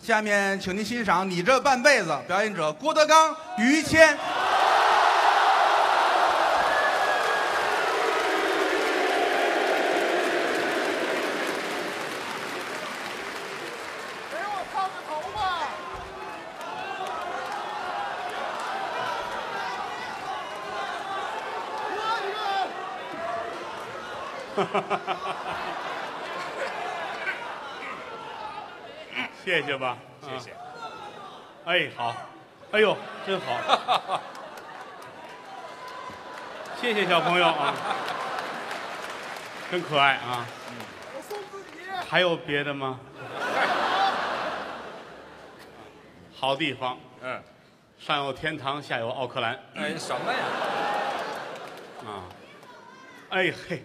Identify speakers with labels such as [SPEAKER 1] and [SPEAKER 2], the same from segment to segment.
[SPEAKER 1] 下面，请您欣赏《你这半辈子》，表演者郭德纲、于谦。
[SPEAKER 2] 给我烫个头发。哥，你们
[SPEAKER 3] 谢谢吧，
[SPEAKER 4] 谢谢。
[SPEAKER 3] 嗯。哎，好，哎呦，真好， 谢谢小朋友啊，真可爱啊。
[SPEAKER 2] 我送自己。
[SPEAKER 3] 还有别的 吗？好地方，
[SPEAKER 4] 嗯，
[SPEAKER 3] 上有天堂，下有奥克兰
[SPEAKER 4] 哎，什么呀？
[SPEAKER 3] 啊。哎嘿，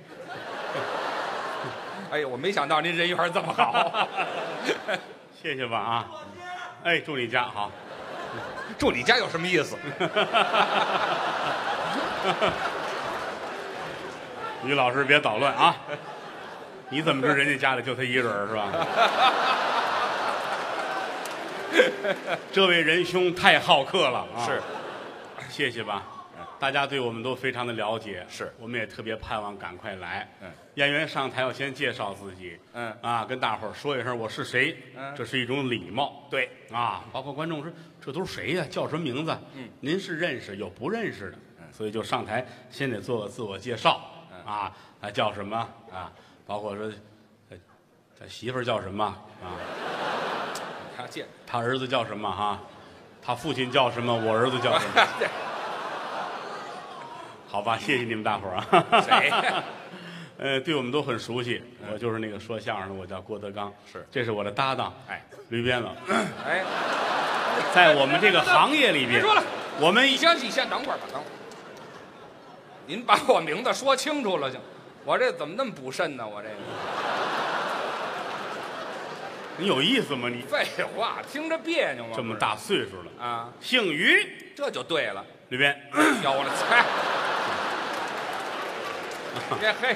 [SPEAKER 4] 哎呀，我没想到您人缘这 么好。
[SPEAKER 3] 谢谢吧啊。哎，住你家好。
[SPEAKER 4] 住你家有什么意思？
[SPEAKER 3] 于老师别捣乱啊！你怎么知人家家里就他一人儿是吧？ 这位仁兄太好客了啊！
[SPEAKER 4] 是，
[SPEAKER 3] 谢谢吧。大家对我们都非常的了解，
[SPEAKER 4] 是
[SPEAKER 3] 我们也特别盼望赶快来。
[SPEAKER 4] 嗯，
[SPEAKER 3] 演员上台要先介绍自己，
[SPEAKER 4] 嗯
[SPEAKER 3] 啊，跟大伙儿说一声我是谁，
[SPEAKER 4] 嗯
[SPEAKER 3] 这是一种礼貌。
[SPEAKER 4] 对，
[SPEAKER 3] 啊，包括观众说这都是谁呀、叫什么名字？嗯，您是认识有不认识的，
[SPEAKER 4] 嗯
[SPEAKER 3] 所以就上台先得做个自我介绍，啊，啊叫什么啊？包括说，呃他媳妇儿叫什么啊？
[SPEAKER 4] 他见，
[SPEAKER 3] 他儿子叫什么哈、他父亲叫什么？我儿子叫什么？好 吧，谢谢你们大伙儿啊。
[SPEAKER 4] 谁？
[SPEAKER 3] 呃，对我们都很熟悉。我就是那个说相声的，我叫郭德纲。
[SPEAKER 4] 是
[SPEAKER 3] 这是我的搭档，
[SPEAKER 4] 哎，
[SPEAKER 3] 吕鞭子，
[SPEAKER 4] 哎，
[SPEAKER 3] 在我们这个行业里边，
[SPEAKER 4] 别说了，
[SPEAKER 3] 我们
[SPEAKER 4] 你先，你先等会儿吧，等会儿。您把我名字说清楚了，行？我这怎么那么不慎呢？我这个
[SPEAKER 3] 你有意思吗？你
[SPEAKER 4] 废话，听着别扭吗？
[SPEAKER 3] 这么大岁数了，
[SPEAKER 4] 啊，
[SPEAKER 3] 姓于，
[SPEAKER 4] 这就对了。
[SPEAKER 3] 吕鞭，
[SPEAKER 4] 要了，猜。别嘿，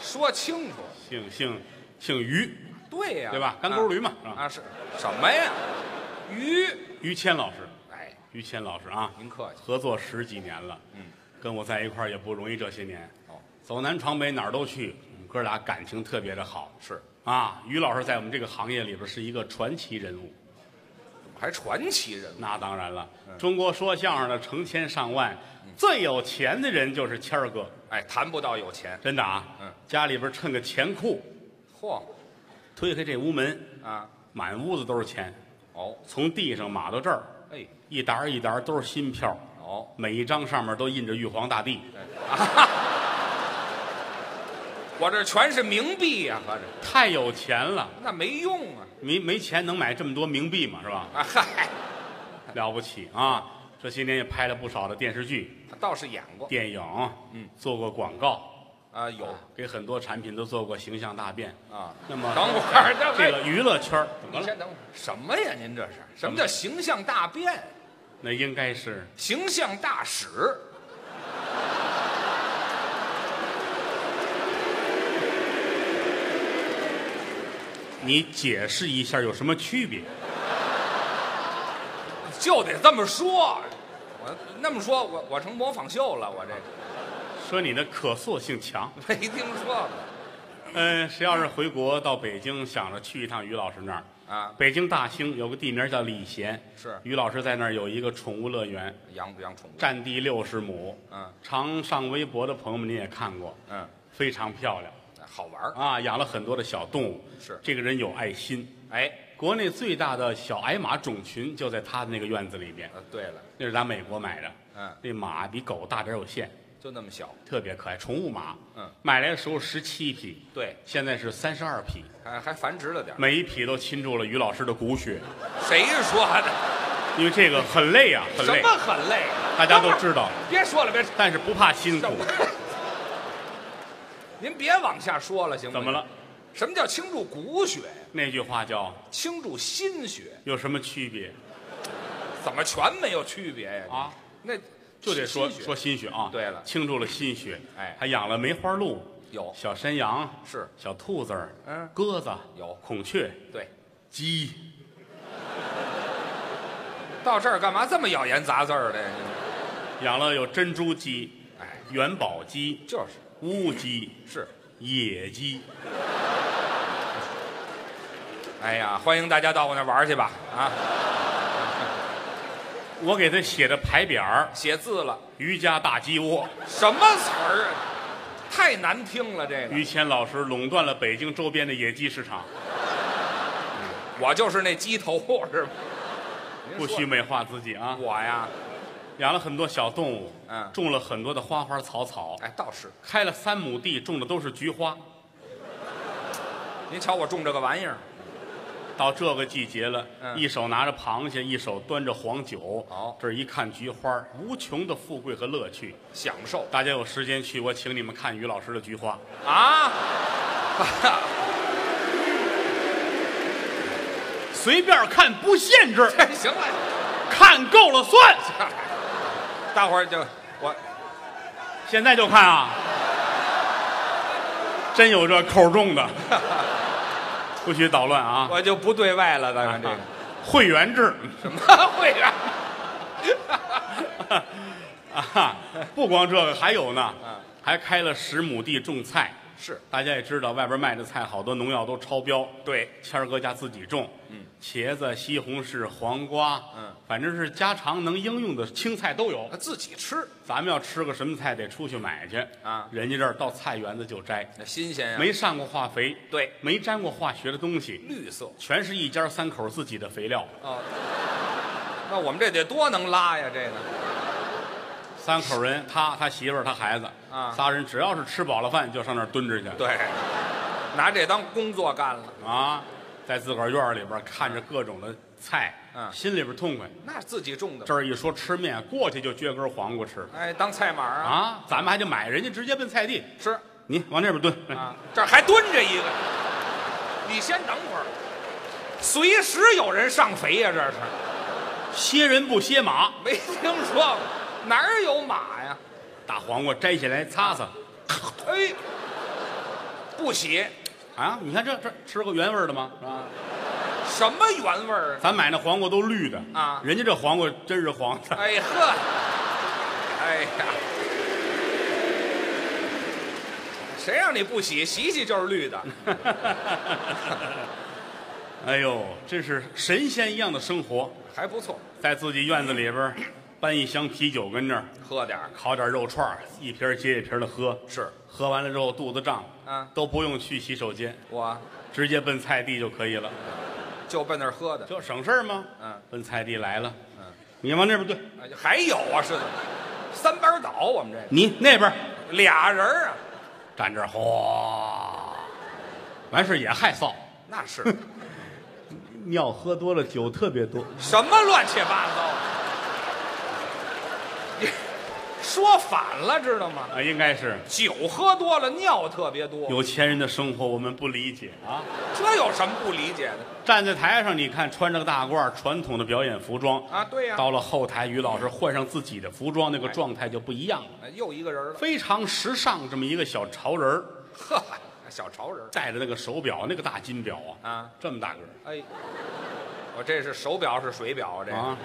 [SPEAKER 4] 说清楚，
[SPEAKER 3] 姓姓姓于，
[SPEAKER 4] 对呀、
[SPEAKER 3] 对吧？干沟驴嘛，
[SPEAKER 4] 啊
[SPEAKER 3] 啊，
[SPEAKER 4] 啊是什么呀？鱼，
[SPEAKER 3] 于谦老师，
[SPEAKER 4] 哎，
[SPEAKER 3] 于谦老师啊，
[SPEAKER 4] 您客气，
[SPEAKER 3] 合作十几年了，
[SPEAKER 4] 嗯，
[SPEAKER 3] 跟我在一块儿也不容易，这些年，
[SPEAKER 4] 哦，
[SPEAKER 3] 走南闯北哪儿都去，我们哥俩感情特别的好，
[SPEAKER 4] 是，
[SPEAKER 3] 啊，于老师在我们这个行业里边是一个传奇人物，
[SPEAKER 4] 还传奇人物，
[SPEAKER 3] 那当然了，
[SPEAKER 4] 嗯
[SPEAKER 3] 中国说相声的成千上万，最有钱的人就是谦儿哥，
[SPEAKER 4] 哎，谈不到有钱，
[SPEAKER 3] 真的啊，
[SPEAKER 4] 嗯，
[SPEAKER 3] 家里边趁个钱库，
[SPEAKER 4] 嚯
[SPEAKER 3] 推开这屋门，
[SPEAKER 4] 啊，
[SPEAKER 3] 满屋子都是钱，
[SPEAKER 4] 哦，
[SPEAKER 3] 从地上码到这儿，
[SPEAKER 4] 哎，
[SPEAKER 3] 一沓儿一沓儿都是新票，
[SPEAKER 4] 哦，
[SPEAKER 3] 每一张上面都印着玉皇大帝。
[SPEAKER 4] 哎啊我这全是冥币呀、合着
[SPEAKER 3] 太有钱了，
[SPEAKER 4] 那没用啊，
[SPEAKER 3] 没没钱能买这么多冥币嘛，是 吧？
[SPEAKER 4] 啊嗨，
[SPEAKER 3] 了不起啊！这些年也拍了不少的电视剧、
[SPEAKER 4] 他倒是演过
[SPEAKER 3] 电影，
[SPEAKER 4] 嗯，
[SPEAKER 3] 做过广告，
[SPEAKER 4] 啊，有
[SPEAKER 3] 给很多产品都做过形象大变。
[SPEAKER 4] 啊，
[SPEAKER 3] 那么，
[SPEAKER 4] 等会儿这
[SPEAKER 3] 这个娱乐圈儿怎么
[SPEAKER 4] 您
[SPEAKER 3] 了？
[SPEAKER 4] 先等会儿，什么呀？您这是什么叫形象大变？
[SPEAKER 3] 那应该是
[SPEAKER 4] 形象大使？
[SPEAKER 3] 你解释一下有什么区别？
[SPEAKER 4] 就得这么说。我那么说，我我成模仿秀了，我这
[SPEAKER 3] 说你的可塑性强。
[SPEAKER 4] 没听说过
[SPEAKER 3] 嗯，谁要是回国到北京，想着去一趟于老师那儿，
[SPEAKER 4] 啊。
[SPEAKER 3] 北京大兴有个地名叫礼贤，
[SPEAKER 4] 是
[SPEAKER 3] 于老师在那儿有一个宠物乐园，
[SPEAKER 4] 养不养宠物？
[SPEAKER 3] 占地六十亩。
[SPEAKER 4] 嗯
[SPEAKER 3] 常上微博的朋友们您也看过，
[SPEAKER 4] 嗯，
[SPEAKER 3] 非常漂亮
[SPEAKER 4] 好玩儿。
[SPEAKER 3] 啊，养了很多的小动物。
[SPEAKER 4] 是
[SPEAKER 3] 这个人有爱心。
[SPEAKER 4] 哎，
[SPEAKER 3] 国内最大的小矮马种群就在他的那个院子里边，
[SPEAKER 4] 呃，对了，
[SPEAKER 3] 那是咱美国买的。
[SPEAKER 4] 嗯
[SPEAKER 3] 那马比狗大点儿有限，
[SPEAKER 4] 就那么小。
[SPEAKER 3] 特别可爱，宠物马。
[SPEAKER 4] 嗯，
[SPEAKER 3] 买来的时候十七匹，
[SPEAKER 4] 对，嗯
[SPEAKER 3] 现在是三十二匹，
[SPEAKER 4] 还还繁殖了点儿。
[SPEAKER 3] 每一匹都侵入了于老师的骨血，
[SPEAKER 4] 谁说的？
[SPEAKER 3] 因为这个很累啊，很
[SPEAKER 4] 什
[SPEAKER 3] 累，
[SPEAKER 4] 么很累？啊
[SPEAKER 3] 大家都知道，
[SPEAKER 4] 别说了，别
[SPEAKER 3] 但是不怕辛苦
[SPEAKER 4] 什。么？ 您别往下说了，行吗？
[SPEAKER 3] 怎么了？？
[SPEAKER 4] 什么叫倾注骨血？
[SPEAKER 3] 那句话叫
[SPEAKER 4] 倾注心血，
[SPEAKER 3] 有什么区别
[SPEAKER 4] 怎么全没有区别呀？
[SPEAKER 3] 啊？
[SPEAKER 4] 那
[SPEAKER 3] 就得说
[SPEAKER 4] 心血
[SPEAKER 3] 说心血啊。
[SPEAKER 4] 对了
[SPEAKER 3] 倾注了心血，
[SPEAKER 4] 哎
[SPEAKER 3] 还养了梅花鹿、
[SPEAKER 4] 有
[SPEAKER 3] 小山羊、
[SPEAKER 4] 是
[SPEAKER 3] 小兔子儿、
[SPEAKER 4] 嗯
[SPEAKER 3] 鸽子
[SPEAKER 4] 有
[SPEAKER 3] 孔雀、
[SPEAKER 4] 对，
[SPEAKER 3] 鸡、
[SPEAKER 4] 到这儿干嘛这么咬言杂字儿的？你
[SPEAKER 3] 养了有珍珠鸡、
[SPEAKER 4] 哎，
[SPEAKER 3] 元宝鸡、
[SPEAKER 4] 就是
[SPEAKER 3] 乌鸡、
[SPEAKER 4] 是，
[SPEAKER 3] 野鸡。
[SPEAKER 4] 哎呀，欢迎大家到我那儿玩儿去吧！啊，
[SPEAKER 3] 我给他写的牌匾儿
[SPEAKER 4] 写字了，
[SPEAKER 3] “于家大鸡窝
[SPEAKER 4] 什么词儿啊？太难听了，这”，个。
[SPEAKER 3] 于谦老师垄断了北京周边的野鸡市场，
[SPEAKER 4] 我就是那鸡头，是吧？您
[SPEAKER 3] 不
[SPEAKER 4] 说
[SPEAKER 3] 许美化自己啊！
[SPEAKER 4] 我呀，
[SPEAKER 3] 养了很多小动物，
[SPEAKER 4] 嗯
[SPEAKER 3] 种了很多的花花草草，
[SPEAKER 4] 哎，倒是，
[SPEAKER 3] 开了三亩地，种的都是菊花。
[SPEAKER 4] 您瞧我种这个玩意儿，
[SPEAKER 3] 到这个季节了，
[SPEAKER 4] 嗯
[SPEAKER 3] 一手拿着螃蟹，一手端着黄酒，
[SPEAKER 4] 好
[SPEAKER 3] 这儿一看菊花，无穷的富贵和乐趣。
[SPEAKER 4] 享受
[SPEAKER 3] 大家有时间去，我请你们看于老师的菊花。
[SPEAKER 4] 啊！
[SPEAKER 3] 随便看不限制，
[SPEAKER 4] 哎，行了，
[SPEAKER 3] 看够了算。
[SPEAKER 4] 大伙儿就我
[SPEAKER 3] 现在就看啊，真有这口重的，不许捣乱啊！
[SPEAKER 4] 我就不对外了，咱们这个、
[SPEAKER 3] 会员制
[SPEAKER 4] 什么会员？
[SPEAKER 3] 啊，不光这个还有呢，
[SPEAKER 4] 嗯
[SPEAKER 3] 还开了十亩地种菜。
[SPEAKER 4] 是
[SPEAKER 3] 大家也知道，外边卖的菜好多农药都超标。
[SPEAKER 4] 对，
[SPEAKER 3] 谦儿哥家自己种，嗯，茄子、西红柿、黄瓜，
[SPEAKER 4] 嗯，
[SPEAKER 3] 反正是家常能应用的青菜都有。
[SPEAKER 4] 自己吃，
[SPEAKER 3] 咱们要吃个什么菜，得出去买去
[SPEAKER 4] 啊嗯
[SPEAKER 3] 人家这儿到菜园子就摘，
[SPEAKER 4] 那新鲜呀、
[SPEAKER 3] 没上过化肥，
[SPEAKER 4] 对
[SPEAKER 3] 没沾过化学的东西，
[SPEAKER 4] 绿色
[SPEAKER 3] 全是一家三口自己的肥料。
[SPEAKER 4] 哦。那我们这得多能拉呀，这个
[SPEAKER 3] 三口人，他、他媳妇儿、他孩子，
[SPEAKER 4] 啊
[SPEAKER 3] 仨人只要是吃饱了饭就上那儿蹲着去
[SPEAKER 4] 对，拿这当工作干了，
[SPEAKER 3] 啊，在自个儿院儿里边看着各种的菜，
[SPEAKER 4] 嗯
[SPEAKER 3] 心里边痛快。
[SPEAKER 4] 那自己种的，
[SPEAKER 3] 这儿一说吃面，过去就撅根黄瓜吃
[SPEAKER 4] 哎，当菜码啊，
[SPEAKER 3] 啊，咱们还得买，人家直接奔菜地，
[SPEAKER 4] 吃
[SPEAKER 3] 你往那边蹲，来
[SPEAKER 4] 啊，这儿还蹲着一个，你先等会儿，随时有人上肥呀、这是
[SPEAKER 3] 歇人不歇马，
[SPEAKER 4] 没听说过，哪儿有马呀？
[SPEAKER 3] 大黄瓜摘下来擦擦
[SPEAKER 4] 哎，不洗，
[SPEAKER 3] 啊，你看这这吃过原味儿的吗？啊，
[SPEAKER 4] 什么原味儿啊？
[SPEAKER 3] 咱买那黄瓜都绿的
[SPEAKER 4] 啊
[SPEAKER 3] 人家这黄瓜真是黄的。
[SPEAKER 4] 哎呵，哎呀，谁让你不洗？洗洗就是绿的，
[SPEAKER 3] 哎呦，真是神仙一样的生活，
[SPEAKER 4] 还不错，
[SPEAKER 3] 在自己院子里边儿搬一箱啤酒跟那儿，
[SPEAKER 4] 喝点儿
[SPEAKER 3] 烤点肉串儿，一瓶儿接一瓶的喝，
[SPEAKER 4] 是
[SPEAKER 3] 喝完了之后肚子胀，
[SPEAKER 4] 啊
[SPEAKER 3] 都不用去洗手间，
[SPEAKER 4] 我
[SPEAKER 3] 直接奔菜地就可以了，
[SPEAKER 4] 就奔那儿喝的。
[SPEAKER 3] 这省事儿吗？
[SPEAKER 4] 嗯，
[SPEAKER 3] 奔菜地来了，
[SPEAKER 4] 嗯，
[SPEAKER 3] 你往那边对，
[SPEAKER 4] 哎还有啊，是的，三班倒，我们这
[SPEAKER 3] 你那边
[SPEAKER 4] 个俩人儿啊，
[SPEAKER 3] 站这儿，哗，完事儿也害臊，
[SPEAKER 4] 那是
[SPEAKER 3] 尿喝多了，酒特别多，
[SPEAKER 4] 什么乱七八糟啊的。你说反了，知道吗？
[SPEAKER 3] 啊，应该是
[SPEAKER 4] 酒喝多了，尿特别多，
[SPEAKER 3] 有钱人的生活，我们不理解啊。
[SPEAKER 4] 这有什么不理解的
[SPEAKER 3] 站在台上，你看穿着个大褂儿，传统的表演服装
[SPEAKER 4] 啊？对呀、
[SPEAKER 3] 到了后台，于老师换上自己的服装，那个状态就不一样了，
[SPEAKER 4] 哎又一个人了，
[SPEAKER 3] 非常时尚。这么一个小潮人儿，
[SPEAKER 4] 呵， 小潮人。
[SPEAKER 3] 戴着那个手表，那个大金表啊，
[SPEAKER 4] 啊，
[SPEAKER 3] 这么大个儿
[SPEAKER 4] 哎，我这是手表是水表啊，这个
[SPEAKER 3] 啊，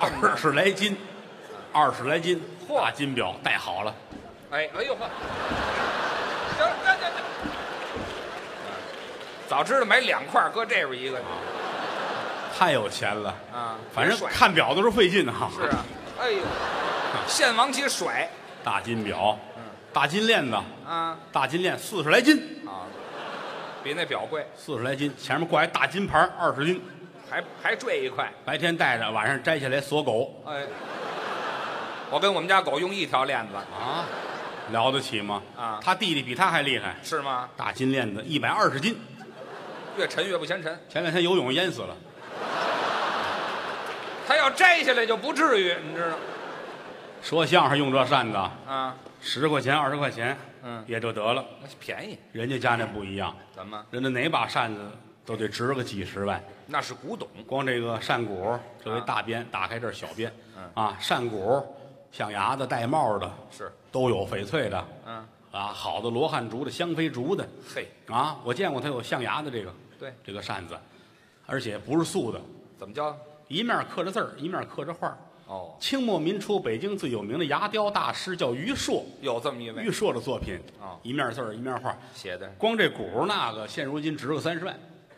[SPEAKER 3] 二十来斤，二十来斤，
[SPEAKER 4] 嚯
[SPEAKER 3] 大金表戴好了，
[SPEAKER 4] 哎，哎呦呵，行，这这这，早知道买两块，搁这边一个
[SPEAKER 3] 太有钱了。
[SPEAKER 4] 啊，
[SPEAKER 3] 啊反正
[SPEAKER 4] 甩
[SPEAKER 3] 看表都是费劲哈、
[SPEAKER 4] 是啊，哎呦，现往起甩
[SPEAKER 3] 大金表，
[SPEAKER 4] 嗯
[SPEAKER 3] 大金链子，
[SPEAKER 4] 啊
[SPEAKER 3] 大金链四十来斤，
[SPEAKER 4] 啊，比那表贵，
[SPEAKER 3] 四十来斤，前面挂一大金牌二十斤，
[SPEAKER 4] 还还坠一块，
[SPEAKER 3] 白天戴着，晚上摘下来锁狗。
[SPEAKER 4] 哎，我跟我们家狗用一条链子，
[SPEAKER 3] 啊，了得起吗？
[SPEAKER 4] 啊
[SPEAKER 3] 他弟弟比他还厉害，
[SPEAKER 4] 是吗？
[SPEAKER 3] 大金链子一百二十斤，
[SPEAKER 4] 越沉越不嫌沉，
[SPEAKER 3] 前两天游泳淹死了。
[SPEAKER 4] 它要摘下来就不至于，你知道
[SPEAKER 3] 说相声用这扇子，
[SPEAKER 4] 啊？
[SPEAKER 3] 十块钱二十块钱，
[SPEAKER 4] 嗯
[SPEAKER 3] 也就得了。
[SPEAKER 4] 那便宜，
[SPEAKER 3] 人家家那不一样，
[SPEAKER 4] 怎么？
[SPEAKER 3] 人家哪把扇子都得值个几十万。
[SPEAKER 4] 那是古董。
[SPEAKER 3] 光这个扇骨，这为
[SPEAKER 4] 啊
[SPEAKER 3] 大边，打开这是小边，
[SPEAKER 4] 嗯
[SPEAKER 3] 啊，扇骨、象牙的、戴帽的
[SPEAKER 4] 是，
[SPEAKER 3] 都有，翡翠的，
[SPEAKER 4] 嗯，
[SPEAKER 3] 啊，好的罗汉竹的、香妃竹的，
[SPEAKER 4] 嘿，
[SPEAKER 3] 啊，我见过他有象牙的这个
[SPEAKER 4] 对，
[SPEAKER 3] 这个扇子，而且不是素的，
[SPEAKER 4] 怎么叫？
[SPEAKER 3] 一面刻着字儿，一面刻着画儿。
[SPEAKER 4] 哦，
[SPEAKER 3] 清末民初，北京最有名的牙雕大师叫于硕，
[SPEAKER 4] 有这么一
[SPEAKER 3] 于
[SPEAKER 4] 位
[SPEAKER 3] 硕的作品
[SPEAKER 4] 哦
[SPEAKER 3] 一面字儿一面画儿，
[SPEAKER 4] 写的
[SPEAKER 3] 光这鼓儿那个现如今值个三十万。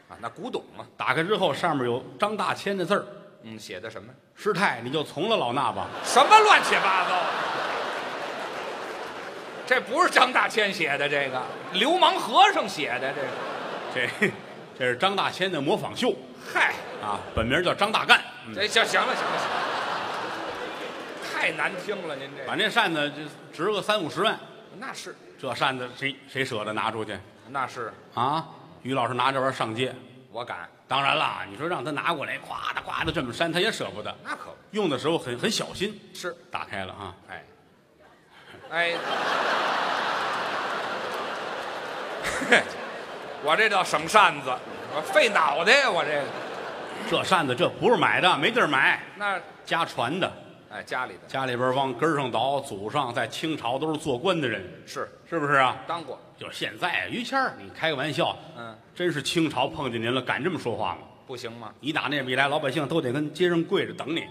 [SPEAKER 4] 啊，那古董嘛，
[SPEAKER 3] 打开之后，上面有张大千的字儿，
[SPEAKER 4] 嗯，写的什么？
[SPEAKER 3] 师太你就从了老衲吧。
[SPEAKER 4] 什么乱七八糟的？这不是张大千写的，这个流氓和尚写的，这个
[SPEAKER 3] 这这是张大千的模仿秀
[SPEAKER 4] 嗨，
[SPEAKER 3] 啊，本名叫张大干。嗯
[SPEAKER 4] 这行行了行了行了，太难听了，您这
[SPEAKER 3] 把那扇子就值个三五十万，
[SPEAKER 4] 那是
[SPEAKER 3] 这扇子谁谁舍得拿出去
[SPEAKER 4] 那是，
[SPEAKER 3] 啊？于老师拿这玩意儿上街，
[SPEAKER 4] 我敢，
[SPEAKER 3] 当然啦，你说让他拿过来，咵的咵的这么扇，他也舍不得。
[SPEAKER 4] 那可不
[SPEAKER 3] 用的时候很很小心，
[SPEAKER 4] 是，
[SPEAKER 3] 打开了啊，
[SPEAKER 4] 哎， 哎， 我这叫省扇子，我费脑袋呀，我这个
[SPEAKER 3] 这扇子这不是买的，没地儿买，
[SPEAKER 4] 那
[SPEAKER 3] 家传的，
[SPEAKER 4] 哎家里的
[SPEAKER 3] 家里边往根儿上倒，祖上在清朝都是做官的人，
[SPEAKER 4] 是
[SPEAKER 3] 是不是啊？
[SPEAKER 4] 当过，
[SPEAKER 3] 就现在，于谦儿，你开个玩笑，
[SPEAKER 4] 嗯，
[SPEAKER 3] 真是清朝碰见您了，敢这么说话吗？
[SPEAKER 4] 不行吗？
[SPEAKER 3] 你打那边一来，老百姓都得跟街上跪着等你。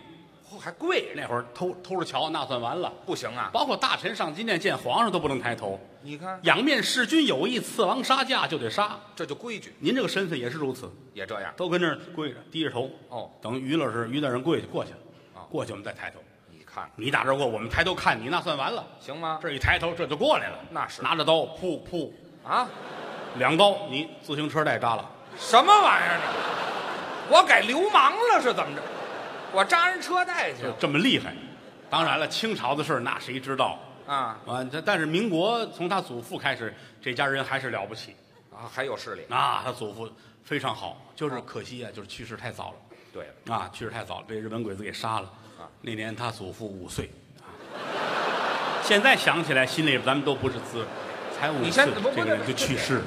[SPEAKER 4] 嚯，哦还贵呢，
[SPEAKER 3] 那会儿偷偷着瞧，那算完了。
[SPEAKER 4] 不行啊！
[SPEAKER 3] 包括大臣上金殿见皇上都不能抬头，
[SPEAKER 4] 你看
[SPEAKER 3] 仰面弑君有意，刺王杀驾就得杀。
[SPEAKER 4] 这就规矩
[SPEAKER 3] 您这个身份也是如此，
[SPEAKER 4] 也这样。
[SPEAKER 3] 都跟那儿跪着，低着头。
[SPEAKER 4] 哦，
[SPEAKER 3] 等于老师、于大人跪下过去
[SPEAKER 4] 啊，
[SPEAKER 3] 过去我们再抬头。
[SPEAKER 4] 你看
[SPEAKER 3] 你打这儿过，我们抬头看你，那算完了。
[SPEAKER 4] 行吗？
[SPEAKER 3] 这一抬头，这就过来了。
[SPEAKER 4] 那是
[SPEAKER 3] 拿着刀，噗噗，
[SPEAKER 4] 啊，
[SPEAKER 3] 两刀，你自行车带扎了。
[SPEAKER 4] 什么玩意儿呢？我改流氓了是怎么着？我扎人车带去
[SPEAKER 3] 就
[SPEAKER 4] 了
[SPEAKER 3] 这么厉害。当然了，清朝的事儿那谁知道
[SPEAKER 4] 啊
[SPEAKER 3] 啊？这但是民国从他祖父开始，这家人还是了不起
[SPEAKER 4] 啊！还有势力。
[SPEAKER 3] 啊。他祖父非常好，
[SPEAKER 4] 哦
[SPEAKER 3] 就是可惜啊，就是去世太早
[SPEAKER 4] 对了，
[SPEAKER 3] 了啊，去世太早了，被日本鬼子给杀了
[SPEAKER 4] 啊。
[SPEAKER 3] 那年他祖父五岁啊。现在想起来，心里咱们都不是滋味，才五
[SPEAKER 4] 你
[SPEAKER 3] 岁
[SPEAKER 4] 先不，不
[SPEAKER 3] 这个人
[SPEAKER 4] 不
[SPEAKER 3] 就去世了，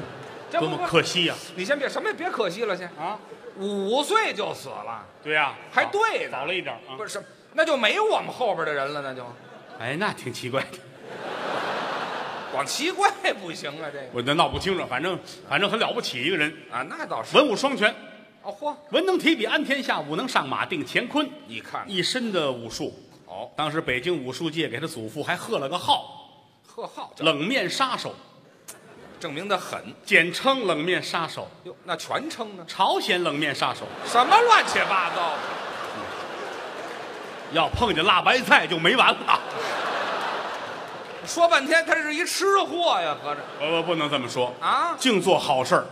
[SPEAKER 4] 这
[SPEAKER 3] 多
[SPEAKER 4] 不
[SPEAKER 3] 么可惜呀！
[SPEAKER 4] 你先别什么也别可惜了，先
[SPEAKER 3] 啊，
[SPEAKER 4] 五岁就死了，
[SPEAKER 3] 对呀，
[SPEAKER 4] 还对呢，
[SPEAKER 3] 早了一点啊
[SPEAKER 4] 不。是什么，那就没我们后边的人了，那就
[SPEAKER 3] 哎，那挺奇怪的，
[SPEAKER 4] 光奇怪不行啊，这个
[SPEAKER 3] 我那闹不清楚，反正反正很了不起一个人，
[SPEAKER 4] 啊，那倒是。
[SPEAKER 3] 文武双全。
[SPEAKER 4] 哦嚯，
[SPEAKER 3] 文能提笔安天下，武能上马定乾坤，
[SPEAKER 4] 你看
[SPEAKER 3] 一身的武术。
[SPEAKER 4] 哦，
[SPEAKER 3] 当时北京武术界给他祖父还贺了个号
[SPEAKER 4] 贺浩
[SPEAKER 3] “冷面杀手”，
[SPEAKER 4] 证明的很
[SPEAKER 3] 简称“冷面杀手
[SPEAKER 4] 哟，那全称呢”，？
[SPEAKER 3] 朝鲜冷面杀手。
[SPEAKER 4] 什么乱七八糟的？
[SPEAKER 3] 要碰见辣白菜就没完了。
[SPEAKER 4] 说半天他是一吃货呀，合着
[SPEAKER 3] 我 我不能这么说，
[SPEAKER 4] 啊，
[SPEAKER 3] 净做好事儿，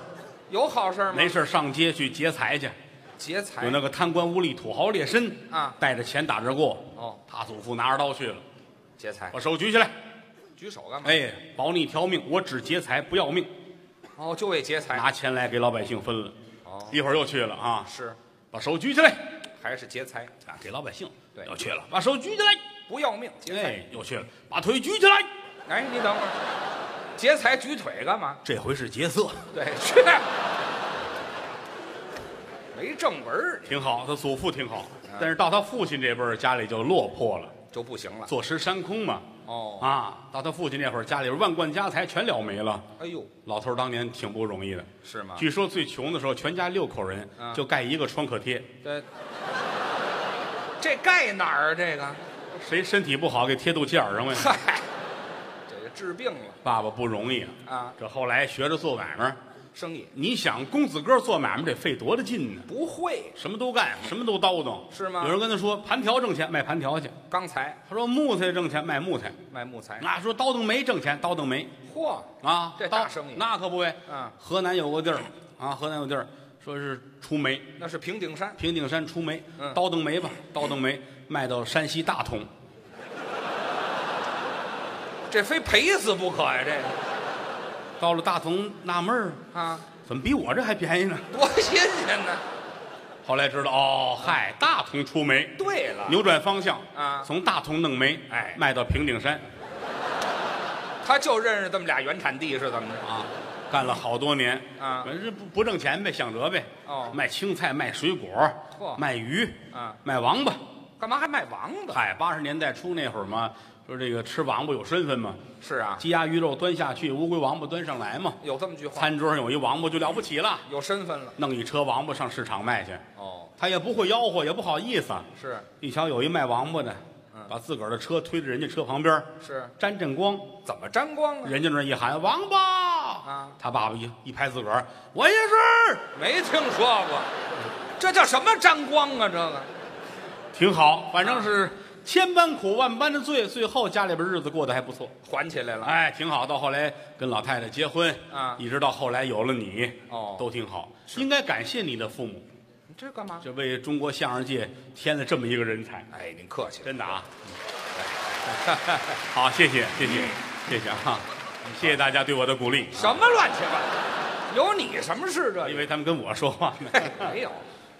[SPEAKER 4] 有好事吗？
[SPEAKER 3] 没事儿上街去劫财去。
[SPEAKER 4] 劫财
[SPEAKER 3] 有那个贪官污吏、土豪劣绅
[SPEAKER 4] 哎啊
[SPEAKER 3] 带着钱打这过。
[SPEAKER 4] 哦，
[SPEAKER 3] 他祖父拿着刀去了，
[SPEAKER 4] 劫财，
[SPEAKER 3] 把手举起来，
[SPEAKER 4] 举手干嘛？
[SPEAKER 3] 哎，保你一条命，我只劫财不要命，
[SPEAKER 4] 哦，就为劫财。
[SPEAKER 3] 拿钱来给老百姓分了。
[SPEAKER 4] 哦，
[SPEAKER 3] 一会儿又去了啊，
[SPEAKER 4] 是
[SPEAKER 3] 把手举起来，
[SPEAKER 4] 还是劫财？
[SPEAKER 3] 啊，给老百姓。
[SPEAKER 4] 对
[SPEAKER 3] 又去了，把手举起来，
[SPEAKER 4] 不要命，劫财。
[SPEAKER 3] 哎，又去了，把腿举起来。
[SPEAKER 4] 哎，你等会儿，劫财举腿干嘛？
[SPEAKER 3] 这回是劫色，
[SPEAKER 4] 对，去， 没正文儿
[SPEAKER 3] 挺好。他祖父挺好，
[SPEAKER 4] 啊
[SPEAKER 3] 但是到他父亲这辈儿，家里就落魄了，
[SPEAKER 4] 就不行了。
[SPEAKER 3] 坐吃山空嘛。
[SPEAKER 4] 哦，
[SPEAKER 3] 啊，到他父亲那会儿，家里边万贯家财全了没了。
[SPEAKER 4] 哎呦，
[SPEAKER 3] 老头儿当年挺不容易的，
[SPEAKER 4] 是吗？
[SPEAKER 3] 据说最穷的时候，全家六口人
[SPEAKER 4] 啊嗯
[SPEAKER 3] 就盖一个创可贴，
[SPEAKER 4] 这这盖哪儿啊？这个，
[SPEAKER 3] 谁身体不好给贴肚脐眼儿上呗。
[SPEAKER 4] 嗨，这个治病了
[SPEAKER 3] 爸爸不容易啊，
[SPEAKER 4] 啊，
[SPEAKER 3] 这后来学着做买卖儿，
[SPEAKER 4] 生意
[SPEAKER 3] 你想公子哥做买卖得费多大劲呢？
[SPEAKER 4] 不会。
[SPEAKER 3] 什么都干，什么都叨叨，
[SPEAKER 4] 是吗
[SPEAKER 3] 有人跟他说盘条挣钱，卖盘条去；
[SPEAKER 4] 刚才
[SPEAKER 3] 他说木材挣钱，卖木材；
[SPEAKER 4] 卖木材，
[SPEAKER 3] 啊，说叨叨煤挣钱，叨叨煤
[SPEAKER 4] 嚯，
[SPEAKER 3] 啊，
[SPEAKER 4] 这
[SPEAKER 3] 叨
[SPEAKER 4] 大生意
[SPEAKER 3] 那可不呗。
[SPEAKER 4] 嗯
[SPEAKER 3] 河南有个地儿啊，河南有地儿说是出煤，
[SPEAKER 4] 那是平顶山，
[SPEAKER 3] 平顶山出煤，
[SPEAKER 4] 嗯
[SPEAKER 3] 叨叨煤吧，叨叨煤卖到山西大同，
[SPEAKER 4] 这非赔死不可呀！这个
[SPEAKER 3] 到了大同纳闷儿，
[SPEAKER 4] 啊，
[SPEAKER 3] 怎么比我这还便宜呢？
[SPEAKER 4] 多新鲜呢！
[SPEAKER 3] 后来知道哦，嗨，大同出煤，
[SPEAKER 4] 对了，
[SPEAKER 3] 扭转方向
[SPEAKER 4] 啊
[SPEAKER 3] 从大同弄煤，
[SPEAKER 4] 哎
[SPEAKER 3] 卖到平顶山
[SPEAKER 4] 他就认识这么俩原产地是怎么着？
[SPEAKER 3] 啊，干了好多年
[SPEAKER 4] 啊
[SPEAKER 3] 反正不不挣钱呗，想辙呗。
[SPEAKER 4] 哦
[SPEAKER 3] 卖青菜，卖水果，
[SPEAKER 4] 嚯
[SPEAKER 3] 卖鱼，
[SPEAKER 4] 啊，
[SPEAKER 3] 卖王八。
[SPEAKER 4] 干嘛还卖王八？
[SPEAKER 3] 嗨，八十年代初那会儿嘛，说这个吃王八有身份嘛，
[SPEAKER 4] 是啊，
[SPEAKER 3] 鸡鸭鱼肉端下去，乌龟王八端上来嘛。
[SPEAKER 4] 有这么句话，
[SPEAKER 3] 餐桌上有一王八就了不起了，
[SPEAKER 4] 有身份了。
[SPEAKER 3] 弄一车王八上市场卖去，
[SPEAKER 4] 哦，
[SPEAKER 3] 他也不会吆喝，也不好意思。
[SPEAKER 4] 是
[SPEAKER 3] 一瞧有一卖王八的
[SPEAKER 4] 嗯，
[SPEAKER 3] 把自个儿的车推到人家车旁边，
[SPEAKER 4] 是，
[SPEAKER 3] 沾沾光，
[SPEAKER 4] 怎么沾光啊？
[SPEAKER 3] 人家那儿一喊王八
[SPEAKER 4] 啊，
[SPEAKER 3] 他爸爸一一拍自个儿，我也是，
[SPEAKER 4] 没听说过，这叫什么沾光啊？这个
[SPEAKER 3] 挺好，反正是千般苦万般的罪，最后家里边日子过得还不错，
[SPEAKER 4] 缓起来了。
[SPEAKER 3] 哎，挺好。到后来跟老太太结婚
[SPEAKER 4] 啊
[SPEAKER 3] 一直到后来有了你，
[SPEAKER 4] 哦
[SPEAKER 3] 都挺好。应该感谢你的父母，
[SPEAKER 4] 你这干嘛？
[SPEAKER 3] 这为中国相声界添了这么一个人才，
[SPEAKER 4] 哎，您客气了。
[SPEAKER 3] 真的啊。 好，谢谢，谢谢，谢谢啊，谢谢大家对我的鼓励，啊
[SPEAKER 4] 什么乱七八糟？有你什么事这
[SPEAKER 3] 因
[SPEAKER 4] 里？
[SPEAKER 3] 为他们跟我说话呢。
[SPEAKER 4] 嘿没有，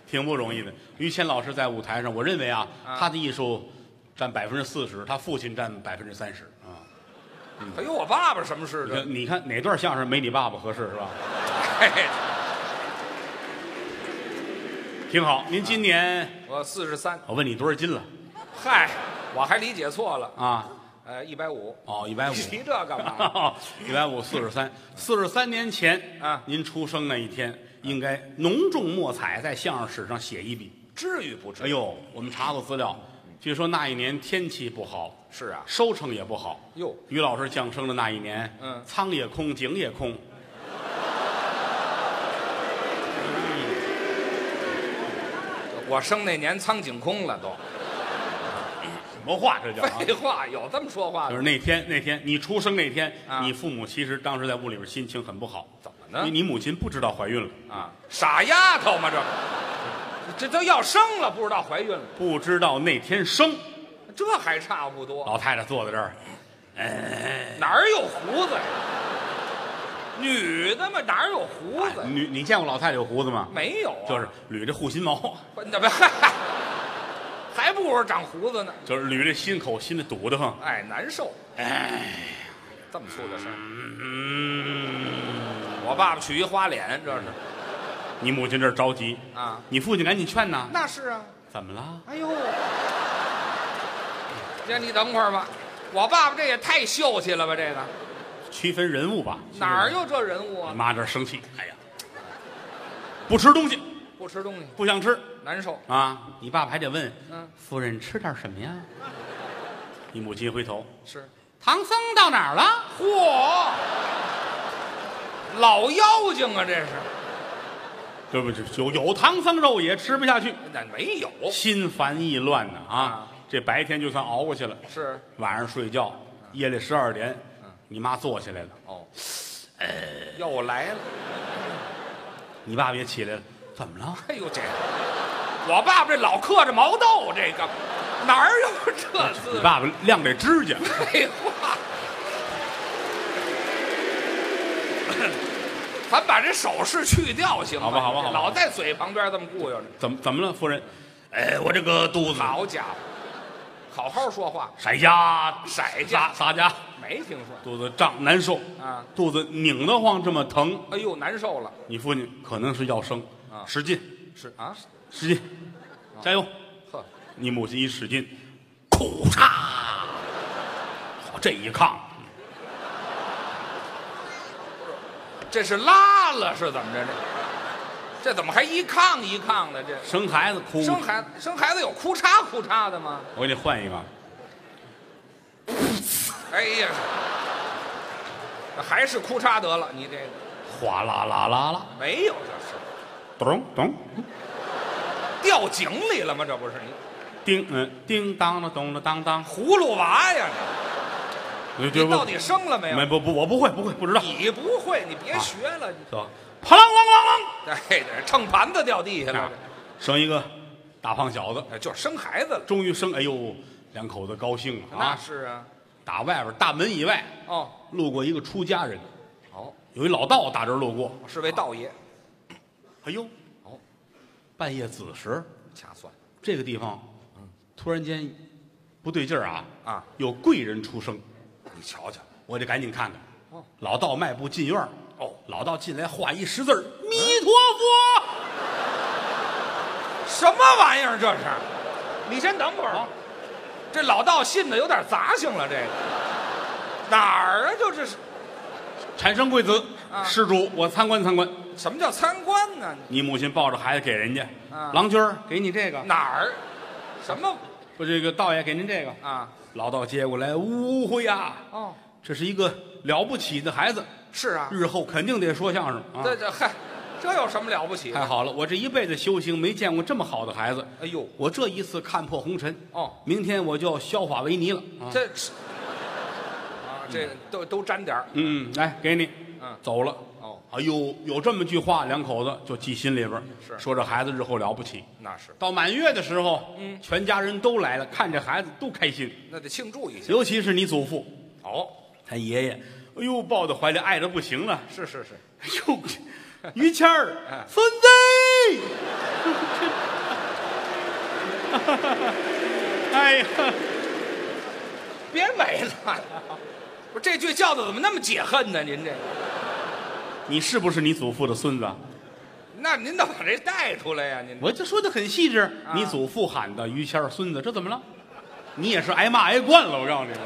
[SPEAKER 3] 挺不容易的。于谦老师在舞台上，我认为啊，
[SPEAKER 4] 啊
[SPEAKER 3] 他的艺术占百分之四十，他父亲占百分之三十啊。
[SPEAKER 4] 还有我爸爸什么事
[SPEAKER 3] 你看
[SPEAKER 4] 这？
[SPEAKER 3] 你看哪段相声没你爸爸合适是吧？
[SPEAKER 4] 嘿
[SPEAKER 3] 挺好。您今年
[SPEAKER 4] 我四十三，
[SPEAKER 3] 我问你多少斤了
[SPEAKER 4] 嗨，我还理解错了。
[SPEAKER 3] 啊？
[SPEAKER 4] 呃，一百五，
[SPEAKER 3] 哦，一百五
[SPEAKER 4] 你。提这干 嘛？
[SPEAKER 3] 一百五四十三，四十三年前
[SPEAKER 4] 啊
[SPEAKER 3] 您出生那一天，应该浓重墨彩在相声史上写一笔。
[SPEAKER 4] 至于不至
[SPEAKER 3] 哎
[SPEAKER 4] 于？
[SPEAKER 3] 呦，我们查过资料，据说那一年天气不好，
[SPEAKER 4] 是啊，
[SPEAKER 3] 收成也不好，
[SPEAKER 4] 哟，
[SPEAKER 3] 于老师降生的那一年，
[SPEAKER 4] 嗯
[SPEAKER 3] 仓也空，井也空。
[SPEAKER 4] 我生那年苍井空了都。
[SPEAKER 3] 什么话这叫、啊？
[SPEAKER 4] 废话，有这么说话
[SPEAKER 3] 就
[SPEAKER 4] 的？
[SPEAKER 3] 是那天那天你出生那天，
[SPEAKER 4] 啊
[SPEAKER 3] 你父母其实当时在屋里边心情很不好，
[SPEAKER 4] 怎么
[SPEAKER 3] 因为
[SPEAKER 4] 呢？
[SPEAKER 3] 你母亲不知道怀孕了，
[SPEAKER 4] 啊，傻丫头嘛，这不这都要生了，不知道怀孕了，
[SPEAKER 3] 不知道那天生。
[SPEAKER 4] 这还差不多。
[SPEAKER 3] 老太太坐在这儿，
[SPEAKER 4] 哪儿有胡子呀？女的嘛，哪儿有胡子呀？
[SPEAKER 3] 哎你你见过老太太有胡子吗？
[SPEAKER 4] 没有啊，
[SPEAKER 3] 就是捋着护心毛，
[SPEAKER 4] 怎么嗨 还不如长胡子呢？
[SPEAKER 3] 就是捋着心口，心里堵得慌。
[SPEAKER 4] 哎，难受。哎，这么粗的事儿，
[SPEAKER 3] 嗯，
[SPEAKER 4] 我爸爸娶一花脸，这是
[SPEAKER 3] 你母亲这儿着急，
[SPEAKER 4] 啊，
[SPEAKER 3] 你父亲赶紧劝呐。
[SPEAKER 4] 那是啊。
[SPEAKER 3] 怎么了？
[SPEAKER 4] 哎呦，这你等会儿吧，我爸爸这也太秀气了吧，这个
[SPEAKER 3] 区分人物吧。
[SPEAKER 4] 哪儿有这人物
[SPEAKER 3] 你
[SPEAKER 4] 啊？
[SPEAKER 3] 妈这儿生气，哎呀，不吃东西，
[SPEAKER 4] 不吃东西
[SPEAKER 3] 不想吃
[SPEAKER 4] 难受，
[SPEAKER 3] 啊！你爸爸还得问，
[SPEAKER 4] 嗯，
[SPEAKER 3] 夫人吃点什么呀？你母亲一回头，
[SPEAKER 4] 是。
[SPEAKER 3] 唐僧到哪儿了？
[SPEAKER 4] 嚯，老妖精啊，这是？
[SPEAKER 3] 对不起，有有唐僧肉也吃不下去，
[SPEAKER 4] 那没有，
[SPEAKER 3] 心烦意乱呢哦啊
[SPEAKER 4] 啊！
[SPEAKER 3] 这白天就算熬过去了，
[SPEAKER 4] 是
[SPEAKER 3] 晚上睡觉，夜里十二点，你妈坐起来了，
[SPEAKER 4] 哦，又来了。
[SPEAKER 3] 你爸爸也起来了，怎么了？
[SPEAKER 4] 哎呦，这我爸爸这老嗑着毛豆，这个哪儿有这
[SPEAKER 3] 你
[SPEAKER 4] 字？
[SPEAKER 3] 爸爸晾这指甲，
[SPEAKER 4] 废话，咱把这手势去掉行吗？
[SPEAKER 3] 好吧好吧好吧
[SPEAKER 4] 老在嘴旁边这么顾悠着，
[SPEAKER 3] 怎么怎么了，夫人？哎，我这个肚子
[SPEAKER 4] 好家伙，好好说话，
[SPEAKER 3] 闪家
[SPEAKER 4] 色
[SPEAKER 3] 撒
[SPEAKER 4] 家
[SPEAKER 3] 撒家，
[SPEAKER 4] 没听说
[SPEAKER 3] 肚子胀难受
[SPEAKER 4] 啊？
[SPEAKER 3] 肚子拧得慌，这么疼。
[SPEAKER 4] 哎呦，难受了，
[SPEAKER 3] 你父亲可能是要生
[SPEAKER 4] 啊，
[SPEAKER 3] 使劲
[SPEAKER 4] 是啊，
[SPEAKER 3] 使劲，加油！
[SPEAKER 4] 呵，
[SPEAKER 3] 你母亲一使劲，库嚓！好，这一炕，
[SPEAKER 4] 这是拉了是怎么着？这这怎么还一炕一炕的？这
[SPEAKER 3] 生孩子哭。
[SPEAKER 4] 生孩子生孩子有哭嚓哭嚓的吗？
[SPEAKER 3] 我给你换一个，
[SPEAKER 4] 哎呀，还是哭嚓得了，你这个
[SPEAKER 3] 哗啦啦啦啦，
[SPEAKER 4] 没有这是
[SPEAKER 3] 咚咚，
[SPEAKER 4] 掉井里了吗？这不是你
[SPEAKER 3] 叮嗯叮当了咚了当当。
[SPEAKER 4] 葫芦娃呀？
[SPEAKER 3] 你
[SPEAKER 4] 你到底啊生了没有？啊
[SPEAKER 3] 没不不，我不会不会不知道。
[SPEAKER 4] 你不会，你别学了。你
[SPEAKER 3] 走，啪啷啷啷啷，
[SPEAKER 4] 哎，这秤盘子掉地下了
[SPEAKER 3] 啊，生一个大胖小子，
[SPEAKER 4] 这哎就是生孩子了。
[SPEAKER 3] 终于生，哎呦，两口子高兴了
[SPEAKER 4] 那
[SPEAKER 3] 啊！
[SPEAKER 4] 是啊，
[SPEAKER 3] 打外边大门以外
[SPEAKER 4] 哦，
[SPEAKER 3] 路过一个出家人，
[SPEAKER 4] 好，
[SPEAKER 3] 有一老道打这儿路过，
[SPEAKER 4] 是位道爷，
[SPEAKER 3] 哎呦，
[SPEAKER 4] 哦，
[SPEAKER 3] 半夜子时，
[SPEAKER 4] 掐算
[SPEAKER 3] 这个地方，突然间不对劲儿啊，
[SPEAKER 4] 嗯啊，
[SPEAKER 3] 有贵人出生，
[SPEAKER 4] 你瞧瞧，
[SPEAKER 3] 我得赶紧看看。
[SPEAKER 4] 哦
[SPEAKER 3] 老道迈步进院儿
[SPEAKER 4] 哦，嗯
[SPEAKER 3] 老道进来画一十字儿弥陀佛。
[SPEAKER 4] 什么玩意儿这是？你先等会儿，哦这老道信的有点杂性了，这个哪儿啊？就这是
[SPEAKER 3] 产生贵子，
[SPEAKER 4] 啊
[SPEAKER 3] 施主，我参观参观。
[SPEAKER 4] 什么叫参观呢？
[SPEAKER 3] 你母亲抱着孩子给人家，
[SPEAKER 4] 啊
[SPEAKER 3] 郎君儿给你这个，
[SPEAKER 4] 哪儿？什么
[SPEAKER 3] 不，这个道爷给您这个。
[SPEAKER 4] 啊？
[SPEAKER 3] 老道接过来，呜呼呀，
[SPEAKER 4] 哦，
[SPEAKER 3] 这是一个了不起的孩子，
[SPEAKER 4] 是啊，
[SPEAKER 3] 日后肯定得说相声啊。
[SPEAKER 4] 这这嗨，这有什么了不起？
[SPEAKER 3] 太好了，我这一辈子修行没见过这么好的孩子，
[SPEAKER 4] 哎呦，
[SPEAKER 3] 我这一次看破红尘，
[SPEAKER 4] 哦，
[SPEAKER 3] 明天我就消化为尼了。啊、
[SPEAKER 4] 这是啊，这都都沾点儿
[SPEAKER 3] 嗯，来给你，
[SPEAKER 4] 嗯
[SPEAKER 3] 走了。
[SPEAKER 4] 哦，
[SPEAKER 3] 哎呦，有这么句话，两口子就记心里边儿，
[SPEAKER 4] 是
[SPEAKER 3] 说这孩子日后了不起。
[SPEAKER 4] 那是，
[SPEAKER 3] 到满月的时候，
[SPEAKER 4] 嗯
[SPEAKER 3] 全家人都来了，看这孩子都开心，
[SPEAKER 4] 那得庆祝一下。
[SPEAKER 3] 尤其是你祖父，
[SPEAKER 4] 哦，
[SPEAKER 3] 他爷爷，哎呦，抱在怀里爱的不行了。
[SPEAKER 4] 是是是，
[SPEAKER 3] 哎呦，于谦 儿
[SPEAKER 4] 哎，
[SPEAKER 3] 孙子！ 哎呀，
[SPEAKER 4] 别没了。不是这句叫的怎么那么解恨呢？您这，
[SPEAKER 3] 你是不是你祖父的孙子啊？
[SPEAKER 4] 那您倒把这带出来呀、您
[SPEAKER 3] 我这说的很细致，
[SPEAKER 4] 啊
[SPEAKER 3] 你祖父喊的于谦儿孙子，这怎么了？你也是挨骂挨惯了，我告诉
[SPEAKER 4] 啊
[SPEAKER 3] 你，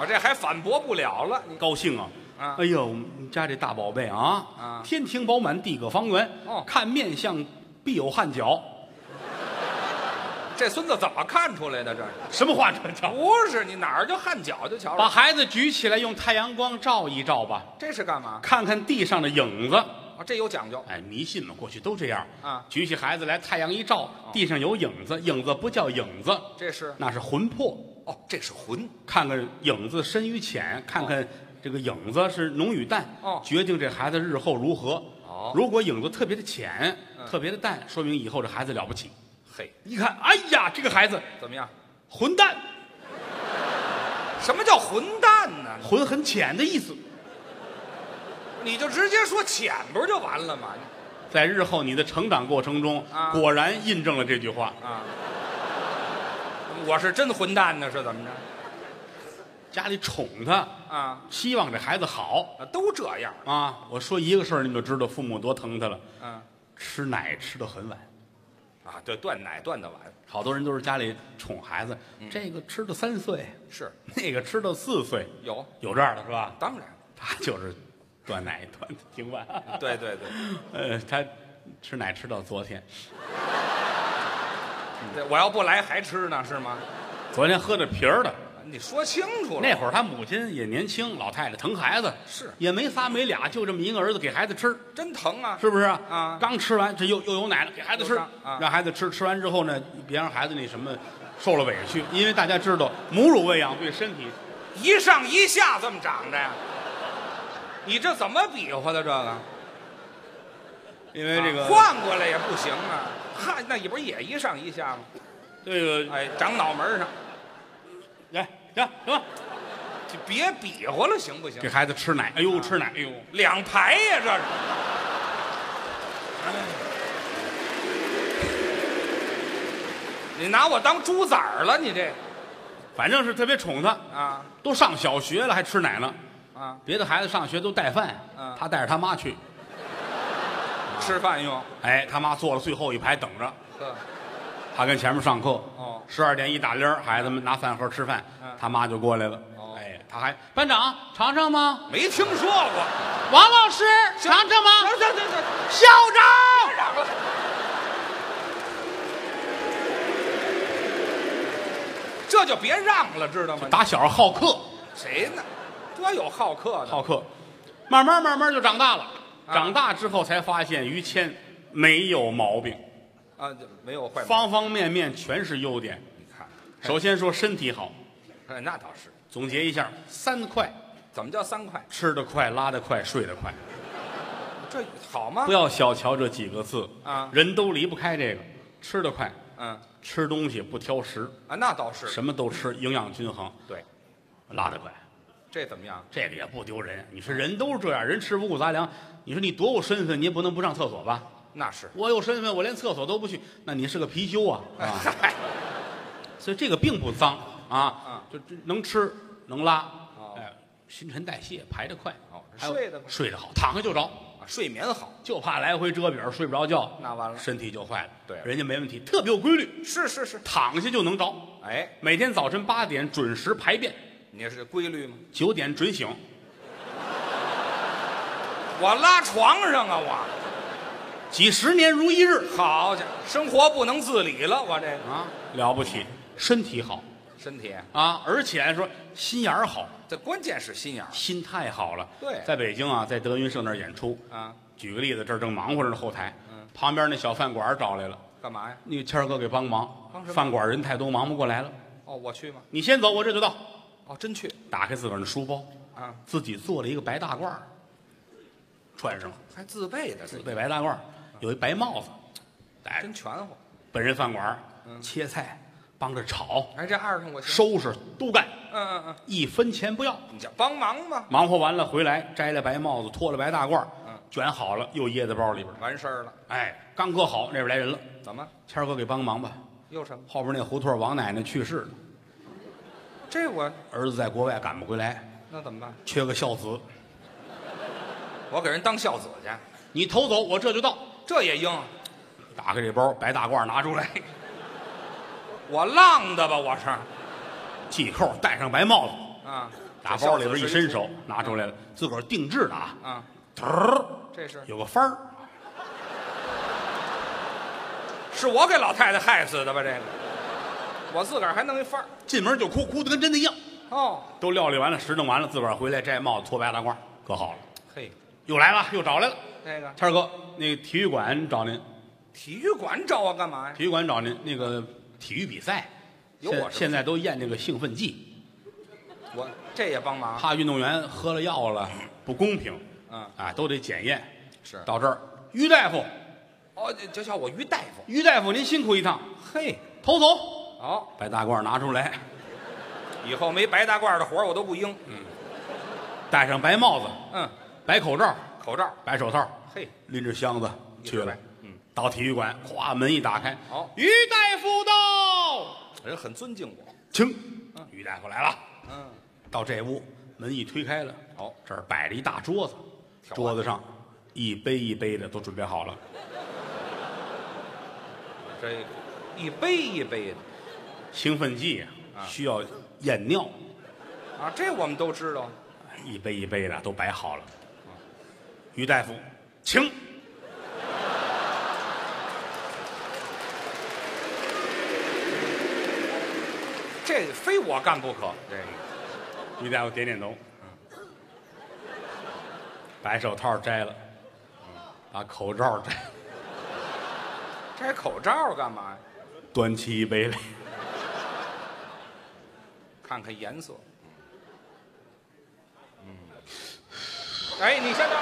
[SPEAKER 4] 我这还反驳不了了。你
[SPEAKER 3] 高兴啊！
[SPEAKER 4] 啊
[SPEAKER 3] 哎呦，我们家这大宝贝啊，
[SPEAKER 4] 啊
[SPEAKER 3] 天庭饱满，地阁方圆，
[SPEAKER 4] 哦
[SPEAKER 3] 看面相必有汗脚，
[SPEAKER 4] 这孙子怎么看出来的？这是
[SPEAKER 3] 什么话这叫？
[SPEAKER 4] 不是你哪儿就汗脚就瞧
[SPEAKER 3] 把
[SPEAKER 4] 着，
[SPEAKER 3] 孩子举起来，用太阳光照一照吧，
[SPEAKER 4] 这是干嘛？
[SPEAKER 3] 看看地上的影子。
[SPEAKER 4] 啊，这有讲究
[SPEAKER 3] 哎，迷信嘛，过去都这样
[SPEAKER 4] 啊
[SPEAKER 3] 举起孩子来，太阳一照，地上有影子，影子不叫影子，
[SPEAKER 4] 这是
[SPEAKER 3] 那是魂魄。
[SPEAKER 4] 哦，这是魂
[SPEAKER 3] 看看影子深与浅，看看这个影子是浓与淡，
[SPEAKER 4] 哦
[SPEAKER 3] 决定这孩子日后如何。
[SPEAKER 4] 哦嗯
[SPEAKER 3] 如果影子特别的浅，特别的淡，说明以后这孩子了不起。
[SPEAKER 4] 嘿，
[SPEAKER 3] 一看，哎呀，这个孩子
[SPEAKER 4] 怎么样？
[SPEAKER 3] 混蛋，
[SPEAKER 4] 什么叫混蛋呢？
[SPEAKER 3] 魂很浅的意思。
[SPEAKER 4] 你就直接说浅不是就完了吗？
[SPEAKER 3] 在日后你的成长过程中，
[SPEAKER 4] 啊
[SPEAKER 3] 果然印证了这句话。
[SPEAKER 4] 啊，我是真混蛋呢，是怎么着？
[SPEAKER 3] 家里宠他，
[SPEAKER 4] 啊，
[SPEAKER 3] 希望这孩子好
[SPEAKER 4] 啊都这样，
[SPEAKER 3] 啊。我说一个事儿，你们就知道父母多疼他了。
[SPEAKER 4] 嗯、
[SPEAKER 3] 吃奶吃得很晚，
[SPEAKER 4] 啊，对，断奶断的晚，
[SPEAKER 3] 好多人都是家里宠孩子，
[SPEAKER 4] 嗯
[SPEAKER 3] 这个吃到三岁，
[SPEAKER 4] 是
[SPEAKER 3] 那个吃到四岁，
[SPEAKER 4] 有，
[SPEAKER 3] 有这样的是吧？
[SPEAKER 4] 当然，
[SPEAKER 3] 他就是断奶断的挺晚，
[SPEAKER 4] 对对对，
[SPEAKER 3] 呃，他吃奶吃到昨天，
[SPEAKER 4] 对我要不来还吃呢，是吗？
[SPEAKER 3] 昨天喝着皮儿的。
[SPEAKER 4] 你说清楚了，
[SPEAKER 3] 那会儿他母亲也年轻，老太太疼孩子，
[SPEAKER 4] 是
[SPEAKER 3] 也没仨没俩，就这么一个儿子给孩子吃，
[SPEAKER 4] 真疼啊，
[SPEAKER 3] 是不是啊？
[SPEAKER 4] 啊
[SPEAKER 3] 刚吃完这又又有奶了，给孩子吃
[SPEAKER 4] 又上，啊
[SPEAKER 3] 让孩子吃，吃完之后呢，别让孩子那什么受了委屈，因为大家知道母乳喂养对身体
[SPEAKER 4] 一上一下这么长着呀？你这怎么比划的这个？
[SPEAKER 3] 因为这个、
[SPEAKER 4] 换过来也不行啊，哈，那也不是也一上一下吗？
[SPEAKER 3] 这个
[SPEAKER 4] 哎，长脑门上，
[SPEAKER 3] 来行行吧，
[SPEAKER 4] 就别比划了，行不行
[SPEAKER 3] 给？孩子吃奶，哎呦吃奶，哎呦
[SPEAKER 4] 两排呀，这是。哎你拿我当猪崽儿了，你这
[SPEAKER 3] 反正是特别宠他，
[SPEAKER 4] 啊
[SPEAKER 3] 都上小学了还吃奶呢。
[SPEAKER 4] 啊，
[SPEAKER 3] 别的孩子上学都带饭，
[SPEAKER 4] 嗯
[SPEAKER 3] 他带着他妈去，
[SPEAKER 4] 吃饭用，
[SPEAKER 3] 哎，他妈坐了最后一排等着，
[SPEAKER 4] 呵
[SPEAKER 3] 他跟前面上课，
[SPEAKER 4] 哦
[SPEAKER 3] 十二点一打铃儿，孩子们拿饭盒吃饭，
[SPEAKER 4] 嗯
[SPEAKER 3] 他妈就过来了，
[SPEAKER 4] 哦
[SPEAKER 3] 哎，他还班长尝尝吗？
[SPEAKER 4] 没听说过。
[SPEAKER 3] 王老师尝尝吗？
[SPEAKER 4] 行行行行，
[SPEAKER 3] 校
[SPEAKER 4] 别
[SPEAKER 3] 长，
[SPEAKER 4] 嚷了。这就别让了，知道吗？
[SPEAKER 3] 打小好客，
[SPEAKER 4] 谁呢？这有好客的，
[SPEAKER 3] 好客，慢慢慢慢就长大了，
[SPEAKER 4] 啊
[SPEAKER 3] 长大之后才发现于谦没有毛病，
[SPEAKER 4] 啊，就没有坏毛病。
[SPEAKER 3] 方方面面全是优点。
[SPEAKER 4] 你看，
[SPEAKER 3] 首先说身体好，
[SPEAKER 4] 哎，那倒是。
[SPEAKER 3] 总结一下三快：
[SPEAKER 4] 怎么叫三块？
[SPEAKER 3] 吃得快、拉得快、睡得快。
[SPEAKER 4] 这好吗
[SPEAKER 3] 不？要小瞧这几个字
[SPEAKER 4] 啊
[SPEAKER 3] 人都离不开这个。吃得快，
[SPEAKER 4] 嗯
[SPEAKER 3] 吃东西不挑食，
[SPEAKER 4] 啊，那倒是。
[SPEAKER 3] 什么都吃，营养均衡。
[SPEAKER 4] 对，
[SPEAKER 3] 拉得快，
[SPEAKER 4] 这怎么样？
[SPEAKER 3] 这个也不丢人。你说
[SPEAKER 4] 啊
[SPEAKER 3] 人都是这样，人吃五谷杂粮。你说你多有身份，你也不能不上厕所吧？
[SPEAKER 4] 那是。
[SPEAKER 3] 我有身份，我连厕所都不去，那你是个貔貅啊！ 啊，
[SPEAKER 4] 嗨，
[SPEAKER 3] 所以这个并不脏啊，就这能吃能拉
[SPEAKER 4] 哦，
[SPEAKER 3] 哎，新陈代谢排得快
[SPEAKER 4] 哦，
[SPEAKER 3] 还有
[SPEAKER 4] 睡得快
[SPEAKER 3] 睡得好，躺下就着，
[SPEAKER 4] 啊睡眠好，
[SPEAKER 3] 就怕来回遮饼睡不着觉，
[SPEAKER 4] 那完了
[SPEAKER 3] 身体就坏了。
[SPEAKER 4] 对
[SPEAKER 3] 人家没问题，特别有规律，
[SPEAKER 4] 是是是，
[SPEAKER 3] 躺下就能着。
[SPEAKER 4] 哎，
[SPEAKER 3] 每天早晨八点准时排便，
[SPEAKER 4] 你是规律吗？
[SPEAKER 3] 九点准醒，
[SPEAKER 4] 我拉床上啊，我
[SPEAKER 3] 几十年如一日
[SPEAKER 4] 好家伙，生活不能自理了，我这个
[SPEAKER 3] 啊，了不起，身体好
[SPEAKER 4] 身体，
[SPEAKER 3] 啊，而且说心眼儿好，
[SPEAKER 4] 这关键是心眼儿
[SPEAKER 3] 心态好了。
[SPEAKER 4] 对
[SPEAKER 3] 在北京啊，在德云社那儿演出，
[SPEAKER 4] 啊，
[SPEAKER 3] 举个例子，这儿正忙活着呢，后台，
[SPEAKER 4] 嗯
[SPEAKER 3] 旁边那小饭馆儿找来了，
[SPEAKER 4] 干嘛呀？
[SPEAKER 3] 那个谦儿哥给帮忙，
[SPEAKER 4] 帮什么
[SPEAKER 3] 饭馆儿人太多，忙不过来了，
[SPEAKER 4] 哦，我去吗？
[SPEAKER 3] 你先走，我这就到。
[SPEAKER 4] 哦，真去
[SPEAKER 3] 打开自个儿的书包，
[SPEAKER 4] 啊，
[SPEAKER 3] 自己做了一个白大褂儿，穿上了，
[SPEAKER 4] 还自备的，这
[SPEAKER 3] 自备白大褂儿，有一白帽子，哎
[SPEAKER 4] 真，全乎。
[SPEAKER 3] 本人饭馆儿切菜，帮着炒、
[SPEAKER 4] 哎，这二上我行，
[SPEAKER 3] 收拾都干，
[SPEAKER 4] 嗯嗯嗯，
[SPEAKER 3] 一分钱不要。
[SPEAKER 4] 你叫帮忙吧，
[SPEAKER 3] 忙活完了回来，摘了白帽子，脱了白大褂儿
[SPEAKER 4] 嗯，
[SPEAKER 3] 卷好了又掖在包里边儿。
[SPEAKER 4] 完事儿了，
[SPEAKER 3] 哎，刚搁好，那边来人了，
[SPEAKER 4] 怎么
[SPEAKER 3] 谦儿哥给帮忙吧。
[SPEAKER 4] 又什么？嗯
[SPEAKER 3] 后边那胡同王奶奶去世了，
[SPEAKER 4] 这我
[SPEAKER 3] 儿子在国外赶不回来，
[SPEAKER 4] 那怎么办？
[SPEAKER 3] 缺个孝子。
[SPEAKER 4] 我给人当孝子去，
[SPEAKER 3] 你偷走，我这就到。
[SPEAKER 4] 这也应？
[SPEAKER 3] 打开这包，白大褂儿拿出来，
[SPEAKER 4] 我浪的吧，我是
[SPEAKER 3] 系扣，戴上白帽子，
[SPEAKER 4] 啊，
[SPEAKER 3] 打包里边一伸
[SPEAKER 4] 手
[SPEAKER 3] 手拿出来了，自个儿定制的啊，
[SPEAKER 4] 啊，
[SPEAKER 3] 嘚儿
[SPEAKER 4] 这是
[SPEAKER 3] 有个幡儿，
[SPEAKER 4] 是我给老太太害死的吧？这个，我自个儿还弄一范儿
[SPEAKER 3] 进门就哭，哭的跟真的一样。
[SPEAKER 4] 哦，
[SPEAKER 3] 都料理完了，拾弄完了，自个儿回来摘帽子，脱白大褂，搁好了，
[SPEAKER 4] 嘿，
[SPEAKER 3] 又来了，又找来了。
[SPEAKER 4] 这个
[SPEAKER 3] 谦儿哥，那个体育馆找您，
[SPEAKER 4] 体育馆找我干嘛呀？
[SPEAKER 3] 体育馆找您，那个体育比赛，
[SPEAKER 4] 有
[SPEAKER 3] 现
[SPEAKER 4] 我是
[SPEAKER 3] 现在都验那个兴奋剂，
[SPEAKER 4] 我这也帮忙，
[SPEAKER 3] 怕运动员喝了药了不公平，
[SPEAKER 4] 嗯，
[SPEAKER 3] 啊，都得检验。
[SPEAKER 4] 是
[SPEAKER 3] 到这儿，于大夫，
[SPEAKER 4] 哦，这就叫我于大夫，
[SPEAKER 3] 于大夫您辛苦一趟，
[SPEAKER 4] 嘿，
[SPEAKER 3] 偷走，
[SPEAKER 4] 哦，
[SPEAKER 3] 白大褂儿拿出来，
[SPEAKER 4] 以后没白大褂的活儿我都不应，
[SPEAKER 3] 戴上白帽子，
[SPEAKER 4] 嗯，
[SPEAKER 3] 白口罩，
[SPEAKER 4] 口罩，
[SPEAKER 3] 白手套，
[SPEAKER 4] 嘿，
[SPEAKER 3] 拎着箱子
[SPEAKER 4] 一
[SPEAKER 3] 去
[SPEAKER 4] 直
[SPEAKER 3] 了
[SPEAKER 4] 白。嗯，
[SPEAKER 3] 到体育馆，咵门一打开，
[SPEAKER 4] 好
[SPEAKER 3] 于大夫到，
[SPEAKER 4] 人很尊敬我，
[SPEAKER 3] 请，于大夫来了。
[SPEAKER 4] 嗯，
[SPEAKER 3] 到这屋，门一推开了，
[SPEAKER 4] 好，
[SPEAKER 3] 这儿摆着一大桌子，
[SPEAKER 4] 挑啊
[SPEAKER 3] 桌子上一杯一杯的都准备好了，
[SPEAKER 4] 这一杯一杯的
[SPEAKER 3] 兴奋剂
[SPEAKER 4] 啊
[SPEAKER 3] 需要验尿，
[SPEAKER 4] 啊，这我们都知道，
[SPEAKER 3] 一杯一杯的都摆好了。
[SPEAKER 4] 嗯
[SPEAKER 3] 于大夫，请。
[SPEAKER 4] 这非我干不可，这个
[SPEAKER 3] 于大夫点点头，嗯把手套摘了，嗯把口罩摘了。
[SPEAKER 4] 摘口罩干嘛呀？
[SPEAKER 3] 端起一杯来，
[SPEAKER 4] 看看颜色。嗯，哎，你先等，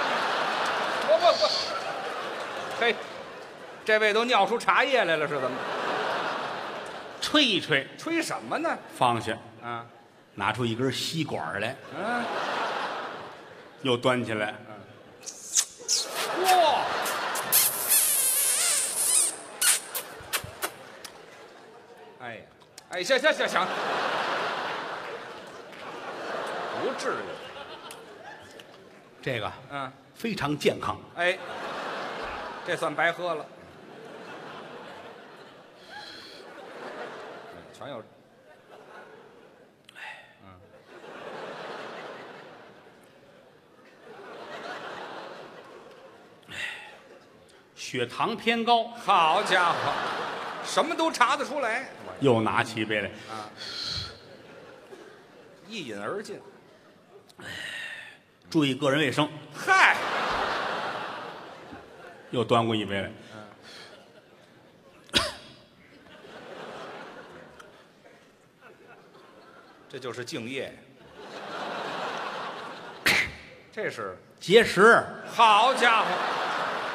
[SPEAKER 4] 不不不，嘿，这位都尿出茶叶来了，是怎么？
[SPEAKER 3] 吹一吹，
[SPEAKER 4] 吹什么呢？
[SPEAKER 3] 放下，
[SPEAKER 4] 啊，
[SPEAKER 3] 拿出一根吸管儿来，
[SPEAKER 4] 嗯、啊，
[SPEAKER 3] 又端起来，
[SPEAKER 4] 哇，哎呀，哎，行行行行，不至于，
[SPEAKER 3] 这个
[SPEAKER 4] 嗯、
[SPEAKER 3] 非常健康。
[SPEAKER 4] 哎，这算白喝了。嗯全有，
[SPEAKER 3] 血糖偏高，
[SPEAKER 4] 好家伙，什么都查得出来，
[SPEAKER 3] 又拿起一杯来，
[SPEAKER 4] 一饮而尽。
[SPEAKER 3] 注意个人卫生，
[SPEAKER 4] 嗨，
[SPEAKER 3] 又端过一杯来。
[SPEAKER 4] 这就是敬业。 这是
[SPEAKER 3] 节食，
[SPEAKER 4] 好家伙，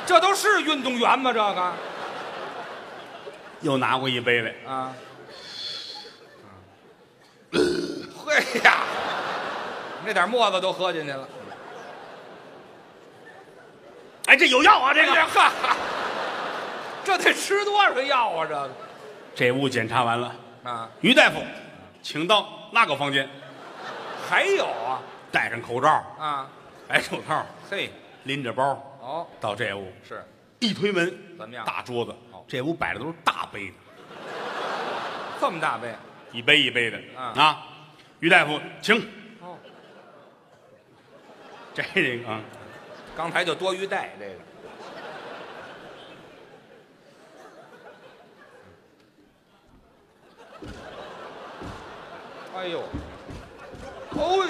[SPEAKER 4] 这都是运动员吗？这个
[SPEAKER 3] 又拿过一杯来，
[SPEAKER 4] 啊，嘿呀，那点沫子都喝进去了。
[SPEAKER 3] 哎，这有药啊，
[SPEAKER 4] 这
[SPEAKER 3] 这
[SPEAKER 4] 个
[SPEAKER 3] 个。
[SPEAKER 4] 哈哈，这得吃多少药啊？这个
[SPEAKER 3] 这屋检查完了，
[SPEAKER 4] 啊，
[SPEAKER 3] 于大夫，请到那个房间，
[SPEAKER 4] 还有啊
[SPEAKER 3] 戴上口罩，
[SPEAKER 4] 啊，
[SPEAKER 3] 白手套，
[SPEAKER 4] 嘿，
[SPEAKER 3] 拎着包，
[SPEAKER 4] 哦，
[SPEAKER 3] 到这屋
[SPEAKER 4] 是
[SPEAKER 3] 一推门，
[SPEAKER 4] 怎么样
[SPEAKER 3] 大桌子
[SPEAKER 4] 好，
[SPEAKER 3] 这屋摆的都是大杯子，
[SPEAKER 4] 这么大杯，
[SPEAKER 3] 一杯一杯的
[SPEAKER 4] 啊
[SPEAKER 3] 啊。于大夫，请。
[SPEAKER 4] 哦，
[SPEAKER 3] 这个啊，
[SPEAKER 4] 刚才就多余带这个，哎呦，哦，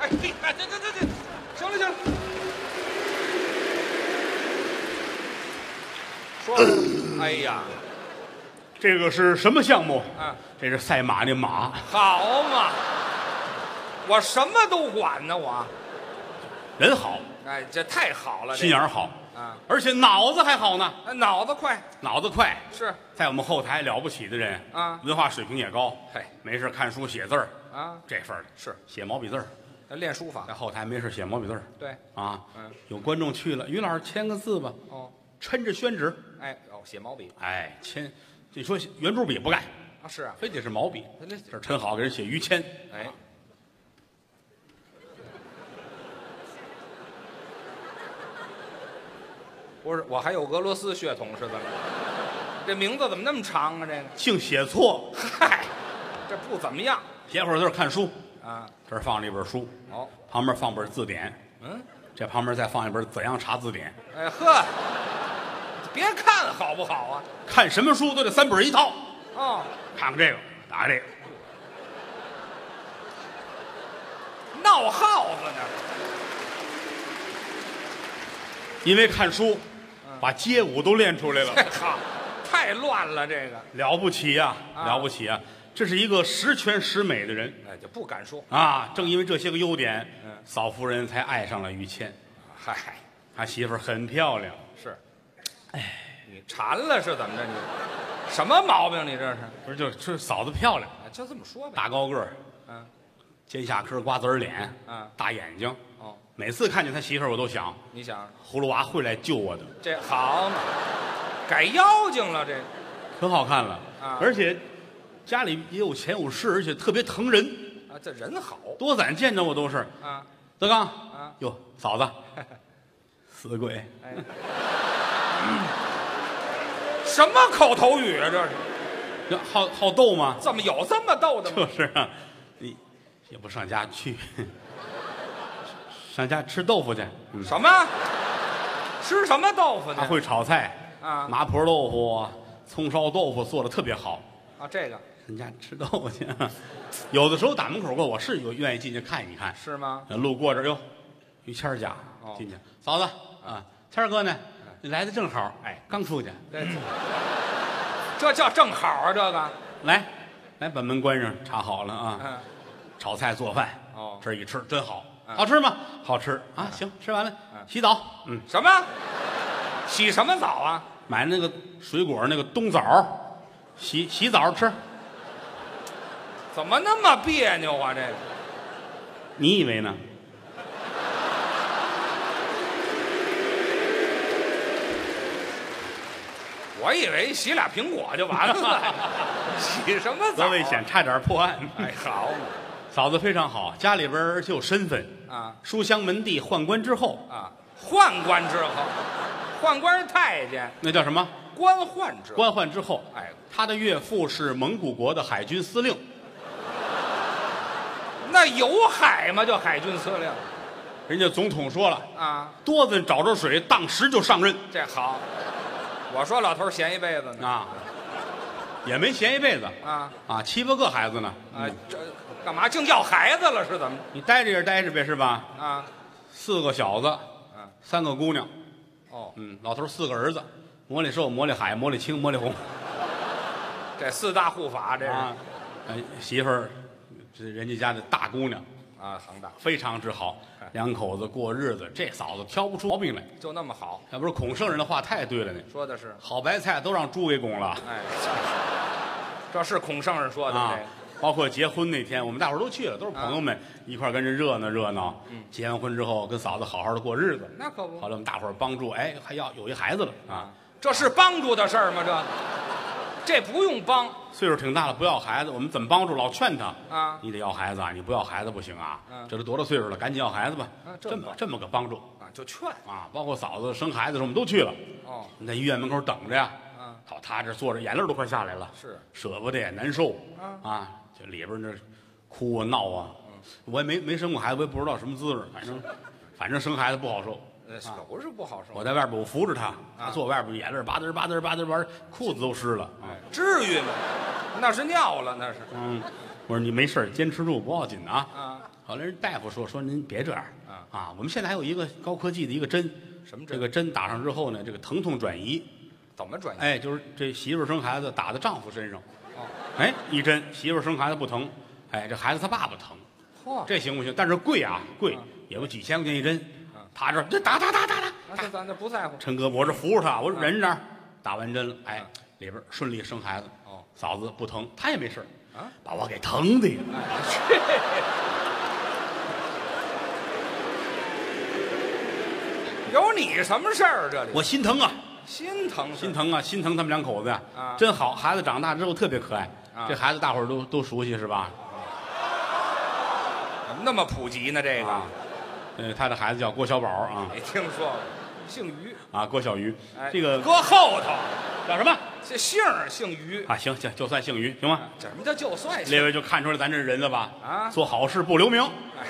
[SPEAKER 4] 哎，嘿哎，这这这这，行了行了，说，哎呀，
[SPEAKER 3] 这个是什么项目？
[SPEAKER 4] 啊，
[SPEAKER 3] 这是赛马那马，
[SPEAKER 4] 好嘛，我什么都管呢，我，
[SPEAKER 3] 人好，
[SPEAKER 4] 哎，这太好了，这
[SPEAKER 3] 心眼儿好，
[SPEAKER 4] 啊，
[SPEAKER 3] 而且脑子还好呢，
[SPEAKER 4] 哎脑子快
[SPEAKER 3] 脑子快，
[SPEAKER 4] 是
[SPEAKER 3] 在我们后台了不起的人
[SPEAKER 4] 啊
[SPEAKER 3] 文化水平也高。
[SPEAKER 4] 嘿
[SPEAKER 3] 没事看书写字儿，
[SPEAKER 4] 啊，
[SPEAKER 3] 这份儿的
[SPEAKER 4] 是
[SPEAKER 3] 写毛笔字儿，
[SPEAKER 4] 练书法
[SPEAKER 3] 在，后台没事写毛笔字儿
[SPEAKER 4] 对，
[SPEAKER 3] 啊。
[SPEAKER 4] 嗯，
[SPEAKER 3] 有观众去了，于老师签个字吧，
[SPEAKER 4] 哦，
[SPEAKER 3] 抻着宣纸，
[SPEAKER 4] 哎，哦，写毛笔
[SPEAKER 3] 哎，签。你说圆珠笔不干，
[SPEAKER 4] 啊，是啊，
[SPEAKER 3] 非得是毛笔。
[SPEAKER 4] 那
[SPEAKER 3] 这儿抻好，给人写于谦，
[SPEAKER 4] 哎，不是，我还有俄罗斯血统是怎么着？这名字怎么那么长啊？这个，
[SPEAKER 3] 净写错。
[SPEAKER 4] 嗨，这不怎么样
[SPEAKER 3] 写会儿字儿看书，
[SPEAKER 4] 啊。
[SPEAKER 3] 这儿放了一本书，
[SPEAKER 4] 哦，
[SPEAKER 3] 旁边放本字典，
[SPEAKER 4] 嗯，
[SPEAKER 3] 这旁边再放一本《怎样查字典
[SPEAKER 4] 哎呵，别看好不好啊？》，
[SPEAKER 3] 看什么书都得三本一套。
[SPEAKER 4] 哦，
[SPEAKER 3] 看看这个，打这个，
[SPEAKER 4] 闹耗子呢？
[SPEAKER 3] 因为看书，把街舞都练出来 了，
[SPEAKER 4] 这好，太乱了这个，
[SPEAKER 3] 了不起呀、
[SPEAKER 4] 啊
[SPEAKER 3] 了不起呀、这是一个十全十美的人
[SPEAKER 4] 哎，就不敢说。
[SPEAKER 3] 啊！正因为这些个优点
[SPEAKER 4] 嗯，
[SPEAKER 3] 嫂夫人才爱上了于谦。
[SPEAKER 4] 嗨，
[SPEAKER 3] 他媳妇儿很漂亮，
[SPEAKER 4] 是，哎，你馋了是怎么着？你什么毛病？你这是？
[SPEAKER 3] 不是就是嫂子漂亮，
[SPEAKER 4] 哎，就这么说吧。
[SPEAKER 3] 大高个儿，
[SPEAKER 4] 嗯，
[SPEAKER 3] 尖下颏儿，瓜子儿脸，
[SPEAKER 4] 嗯
[SPEAKER 3] 大眼睛。
[SPEAKER 4] 哦，
[SPEAKER 3] 每次看见他媳妇儿，我都想，
[SPEAKER 4] 你想
[SPEAKER 3] 葫芦娃会来救我的，
[SPEAKER 4] 这好嘛，改妖精了这
[SPEAKER 3] 可好看了。
[SPEAKER 4] 啊
[SPEAKER 3] 而且家里也有钱有势，而且特别疼人。
[SPEAKER 4] 啊，这人好
[SPEAKER 3] 多咱见着我都是
[SPEAKER 4] 啊，
[SPEAKER 3] 德刚
[SPEAKER 4] 啊
[SPEAKER 3] 哟，嫂 子，死鬼，
[SPEAKER 4] 哎，什么口头语啊？这是
[SPEAKER 3] 这好好斗吗？
[SPEAKER 4] 怎么有这么逗的吗？
[SPEAKER 3] 就是啊，你也不上家去， 上家吃豆腐去。嗯，
[SPEAKER 4] 什么？吃什么豆腐
[SPEAKER 3] 他
[SPEAKER 4] 呢？
[SPEAKER 3] 会炒菜
[SPEAKER 4] 啊
[SPEAKER 3] 麻婆豆腐啊、葱烧豆腐做的特别好。
[SPEAKER 4] 啊，这个
[SPEAKER 3] 上家吃豆腐去， 有的时候打门口过，我是有愿意进去看一看。
[SPEAKER 4] 是吗？
[SPEAKER 3] 路过这儿哟，于谦儿家
[SPEAKER 4] 哦嗯
[SPEAKER 3] 进去，嫂子啊，谦儿哥呢？你来的正好，哎，刚出去，
[SPEAKER 4] 这这叫正好啊，这个
[SPEAKER 3] 来，来把门关上，查好了啊，
[SPEAKER 4] 嗯，
[SPEAKER 3] 炒菜做饭，
[SPEAKER 4] 哦
[SPEAKER 3] 这儿一吃真好，
[SPEAKER 4] 嗯
[SPEAKER 3] 好吃吗？好吃啊，行，吃完了，洗澡，嗯，
[SPEAKER 4] 什么？洗什么澡啊？
[SPEAKER 3] 买那个水果那个冬枣，洗洗澡吃。
[SPEAKER 4] 怎么那么别扭啊？这个
[SPEAKER 3] 你以为呢？
[SPEAKER 4] 我以为洗俩苹果就完了， 洗什么澡、啊
[SPEAKER 3] 多危险，！差点破案。
[SPEAKER 4] 哎，好嘛
[SPEAKER 3] 嫂子非常好，家里边儿而且有身份，
[SPEAKER 4] 啊
[SPEAKER 3] 书香门第，宦官之后，
[SPEAKER 4] 啊！宦官之后，宦官是太监，
[SPEAKER 3] 那叫什么？
[SPEAKER 4] 官宦之后，
[SPEAKER 3] 官宦之后，
[SPEAKER 4] 哎，
[SPEAKER 3] 他的岳父是蒙古国的海军司令，
[SPEAKER 4] 那有海吗？就海军司令
[SPEAKER 3] 人家总统说了，
[SPEAKER 4] 啊，
[SPEAKER 3] 多子找着水，当时就上任
[SPEAKER 4] 这好。我说老头儿闲一辈子呢
[SPEAKER 3] 啊，也没闲一辈子
[SPEAKER 4] 啊
[SPEAKER 3] 啊，七八个孩子呢。
[SPEAKER 4] 啊，这干嘛净要孩子了？是怎么
[SPEAKER 3] 你待着也待着呗，是吧？
[SPEAKER 4] 啊？
[SPEAKER 3] 四个小子，
[SPEAKER 4] 嗯
[SPEAKER 3] 三个姑娘，
[SPEAKER 4] 哦，
[SPEAKER 3] 嗯，老头四个儿子，魔力寿、魔力海、魔力青、魔力红
[SPEAKER 4] 这四大护法这是
[SPEAKER 3] 啊，哎，媳妇儿，这人家家的大姑娘
[SPEAKER 4] 啊，恒大
[SPEAKER 3] 非常之好，
[SPEAKER 4] 哎
[SPEAKER 3] 两口子过日子，这嫂子挑不出毛病来。
[SPEAKER 4] 就那么好，
[SPEAKER 3] 要不是孔圣人的话太对了呢，
[SPEAKER 4] 说的是
[SPEAKER 3] 好白菜都让猪给拱了。
[SPEAKER 4] 哎，这是孔圣人说的、
[SPEAKER 3] 啊
[SPEAKER 4] 这个。，
[SPEAKER 3] 包括结婚那天，我们大伙儿都去了，都是朋友们、
[SPEAKER 4] 嗯
[SPEAKER 3] 一块儿跟着热闹热闹。结完婚之后，跟嫂子好好的过日子。
[SPEAKER 4] 那可不
[SPEAKER 3] 后来我们大伙儿帮助，哎，还要有一孩子了啊，
[SPEAKER 4] 这是帮助的事儿吗？这，这不用帮
[SPEAKER 3] 岁数挺大了，不要孩子，我们怎么帮助？老劝他
[SPEAKER 4] 啊
[SPEAKER 3] 你得要孩子啊，你不要孩子不行啊。
[SPEAKER 4] 嗯
[SPEAKER 3] 这都多大岁数了，赶紧要孩子吧。
[SPEAKER 4] 啊这
[SPEAKER 3] 这
[SPEAKER 4] 么
[SPEAKER 3] 么这么个帮助，
[SPEAKER 4] 哎啊，就劝
[SPEAKER 3] 啊，包括嫂子生孩子的时候，我们都去了。
[SPEAKER 4] 哦，
[SPEAKER 3] 在医院门口等着呀。
[SPEAKER 4] 嗯
[SPEAKER 3] 好，他这坐着，眼泪都快下来了。
[SPEAKER 4] 是嗯
[SPEAKER 3] 舍不得也难受。啊，这里边那哭啊闹啊，我也没没生过孩子，我也不知道什么滋味儿，反 正反正生孩子不好受。
[SPEAKER 4] 呃，可不是不好受，
[SPEAKER 3] 我在外边，我扶着
[SPEAKER 4] 啊
[SPEAKER 3] 他，他坐外边，眼泪吧嗒吧嗒吧嗒吧嗒，裤子都湿了。
[SPEAKER 4] 哎
[SPEAKER 3] 啊
[SPEAKER 4] 至于吗？那是尿了，那是
[SPEAKER 3] 嗯，我说你没事儿坚持住，不要紧的啊。
[SPEAKER 4] 啊，
[SPEAKER 3] 后来人大夫说说您别这样
[SPEAKER 4] 啊
[SPEAKER 3] 啊，我们现在还有一个高科技的一个针，
[SPEAKER 4] 什么针
[SPEAKER 3] 这个针打上之后呢，这个疼痛转移，
[SPEAKER 4] 怎么转移？
[SPEAKER 3] 哎，就是这媳妇儿生孩子打到丈夫身上，
[SPEAKER 4] 嗯哦，
[SPEAKER 3] 哎，一针媳妇儿生孩子不疼，哎，这孩子他爸爸疼，
[SPEAKER 4] 嚯，
[SPEAKER 3] 这行不行？但是贵啊，贵，也有几千块钱一针。
[SPEAKER 4] 啊
[SPEAKER 3] 他这这打打打打打，
[SPEAKER 4] 那这咱这不在乎
[SPEAKER 3] 陈哥，我这扶着他，我
[SPEAKER 4] 啊
[SPEAKER 3] 说人这儿，打完针了，哎，里边顺利生孩子，
[SPEAKER 4] 哦，
[SPEAKER 3] 嫂子不疼，他也没事儿
[SPEAKER 4] 啊，
[SPEAKER 3] 把我给疼的呀。
[SPEAKER 4] 哎 有你什么事儿？这里
[SPEAKER 3] 我心疼啊，
[SPEAKER 4] 心疼
[SPEAKER 3] 心
[SPEAKER 4] 疼
[SPEAKER 3] 疼啊，心疼他们两口子呀、
[SPEAKER 4] 啊
[SPEAKER 3] 真好，孩子长大之后特别可爱。
[SPEAKER 4] 啊
[SPEAKER 3] 这孩子大伙儿都都熟悉是吧？
[SPEAKER 4] 那么普及呢？这
[SPEAKER 3] 啊
[SPEAKER 4] 个，
[SPEAKER 3] 呃，他的孩子叫郭小宝啊
[SPEAKER 4] 没听说过，姓于，
[SPEAKER 3] 啊，郭小鱼，
[SPEAKER 4] 哎，
[SPEAKER 3] 这个
[SPEAKER 4] 搁后头，
[SPEAKER 3] 叫什么
[SPEAKER 4] 这姓儿姓于，
[SPEAKER 3] 啊？行行，就算姓于行吗？
[SPEAKER 4] 这什么叫就算姓
[SPEAKER 3] 列位就看出来咱这人了吧？
[SPEAKER 4] 啊
[SPEAKER 3] 做好事不留名，
[SPEAKER 4] 哎，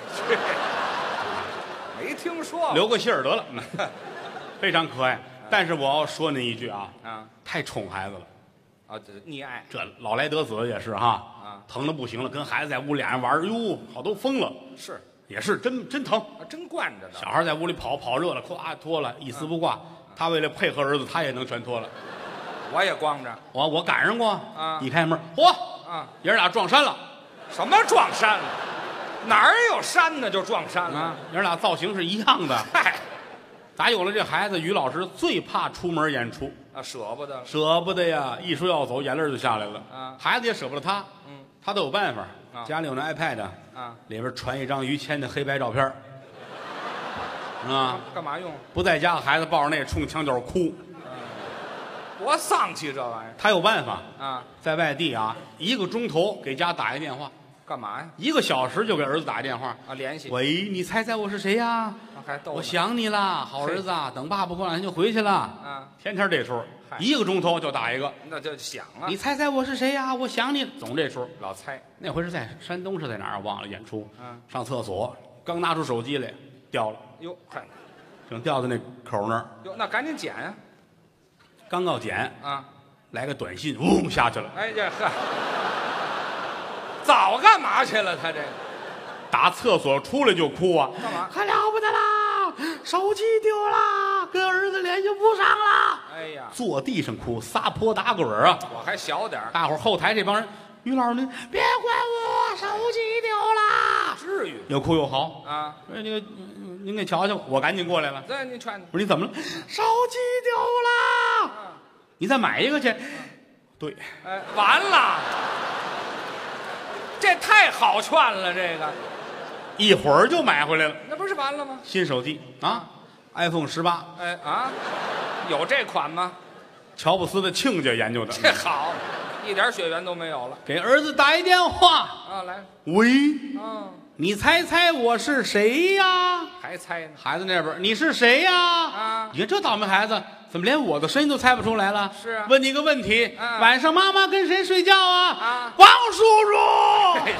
[SPEAKER 4] 这没听说过
[SPEAKER 3] 留个信儿得 了，非常可爱。但是我要说您一句啊，
[SPEAKER 4] 啊
[SPEAKER 3] 太宠孩子了，
[SPEAKER 4] 啊，这溺爱
[SPEAKER 3] 这老来得子也是哈，
[SPEAKER 4] 啊
[SPEAKER 3] 疼的不行了，跟孩子在屋俩人玩儿，哟，好都疯了，
[SPEAKER 4] 是
[SPEAKER 3] 也是真真疼。
[SPEAKER 4] 啊，真惯着呢。
[SPEAKER 3] 小孩在屋里跑跑热了，咵脱了，一丝不挂。
[SPEAKER 4] 嗯
[SPEAKER 3] 他为了配合儿子，他也能全脱了。
[SPEAKER 4] 我也光着
[SPEAKER 3] 我我赶上过，
[SPEAKER 4] 啊
[SPEAKER 3] 一开门，嚯，
[SPEAKER 4] 啊，
[SPEAKER 3] 爷儿俩撞衫了
[SPEAKER 4] 什么撞衫了？哪儿有山呢？就撞山了。
[SPEAKER 3] 啊！爷儿俩造型是一样的。
[SPEAKER 4] 嗨，
[SPEAKER 3] 打有了这孩子，于老师最怕出门演出，
[SPEAKER 4] 啊，舍不得了
[SPEAKER 3] 舍不得呀，一说要走，眼泪儿就下来了。
[SPEAKER 4] 啊
[SPEAKER 3] 孩子也舍不得他，
[SPEAKER 4] 嗯，
[SPEAKER 3] 他都有办法。
[SPEAKER 4] 啊
[SPEAKER 3] 家里有那 iPad，
[SPEAKER 4] 啊，
[SPEAKER 3] 里边传一张于谦的黑白照片儿，啊，
[SPEAKER 4] 干嘛用？
[SPEAKER 3] 不在家，孩子抱着那冲墙角哭，
[SPEAKER 4] 多丧气这玩意
[SPEAKER 3] 他有办法。
[SPEAKER 4] 儿啊！
[SPEAKER 3] 在外地啊，一个钟头给家打一电话，
[SPEAKER 4] 干嘛呀？
[SPEAKER 3] 一个小时就给儿子打一电话。
[SPEAKER 4] 啊，联系
[SPEAKER 3] 喂，你猜猜我是谁呀、
[SPEAKER 4] 啊还逗呢
[SPEAKER 3] 我想你啦，好儿子啊，等爸爸过两天就回去了。
[SPEAKER 4] 啊，
[SPEAKER 3] 天天这出
[SPEAKER 4] 嗨，
[SPEAKER 3] 一个钟头就打一个。
[SPEAKER 4] 那就想啊
[SPEAKER 3] 你，猜猜我是谁呀、我想你，总这出。
[SPEAKER 4] 老猜
[SPEAKER 3] 那回是在山东，是在哪儿？我啊忘了。演出，
[SPEAKER 4] 嗯
[SPEAKER 3] 上厕所，刚拿出手机来，掉了，
[SPEAKER 4] 哟，嗨
[SPEAKER 3] 正掉在那口那儿。
[SPEAKER 4] 哟，那赶紧捡啊
[SPEAKER 3] 刚要捡，
[SPEAKER 4] 啊！
[SPEAKER 3] 来个短信，嗡下去了，
[SPEAKER 4] 哎呀呵，早干嘛去了？他这个
[SPEAKER 3] 打厕所出来就哭啊！
[SPEAKER 4] 干嘛
[SPEAKER 3] 可了不得啦，手机丢啦，跟儿子联系不上啦。
[SPEAKER 4] 哎呀，
[SPEAKER 3] 坐地上哭，撒泼打滚儿啊！
[SPEAKER 4] 我还小点儿，
[SPEAKER 3] 大伙儿后台这帮人，于老师您别怪我，手机丢啦，
[SPEAKER 4] 至于
[SPEAKER 3] 又哭又嚎。
[SPEAKER 4] 啊？
[SPEAKER 3] 哎，那个嗯您给瞧瞧，我赶紧过来了。
[SPEAKER 4] 那您穿
[SPEAKER 3] 我说你怎么了？手机丢啦！你再买一个去。对，
[SPEAKER 4] 哎，完了，这太好劝了，这个
[SPEAKER 3] 一会儿就买回来了，
[SPEAKER 4] 那不是完了吗？
[SPEAKER 3] 新手机啊，iPhone 十八，
[SPEAKER 4] 哎啊，有这款吗？
[SPEAKER 3] 乔布斯的亲家研究的。
[SPEAKER 4] 这好，一点血缘都没有了
[SPEAKER 3] 给儿子打一电话，
[SPEAKER 4] 啊！来，
[SPEAKER 3] 喂，
[SPEAKER 4] 嗯，
[SPEAKER 3] 你猜猜我是谁呀？
[SPEAKER 4] 还猜呢？
[SPEAKER 3] 孩子那边，你是谁呀？
[SPEAKER 4] 啊
[SPEAKER 3] 你看这倒霉孩子，怎么连我的声音都猜不出来了？
[SPEAKER 4] 是啊
[SPEAKER 3] 问你一个问题，
[SPEAKER 4] 啊
[SPEAKER 3] 晚上妈妈跟谁睡觉啊？
[SPEAKER 4] 啊
[SPEAKER 3] 王叔叔。
[SPEAKER 4] 哎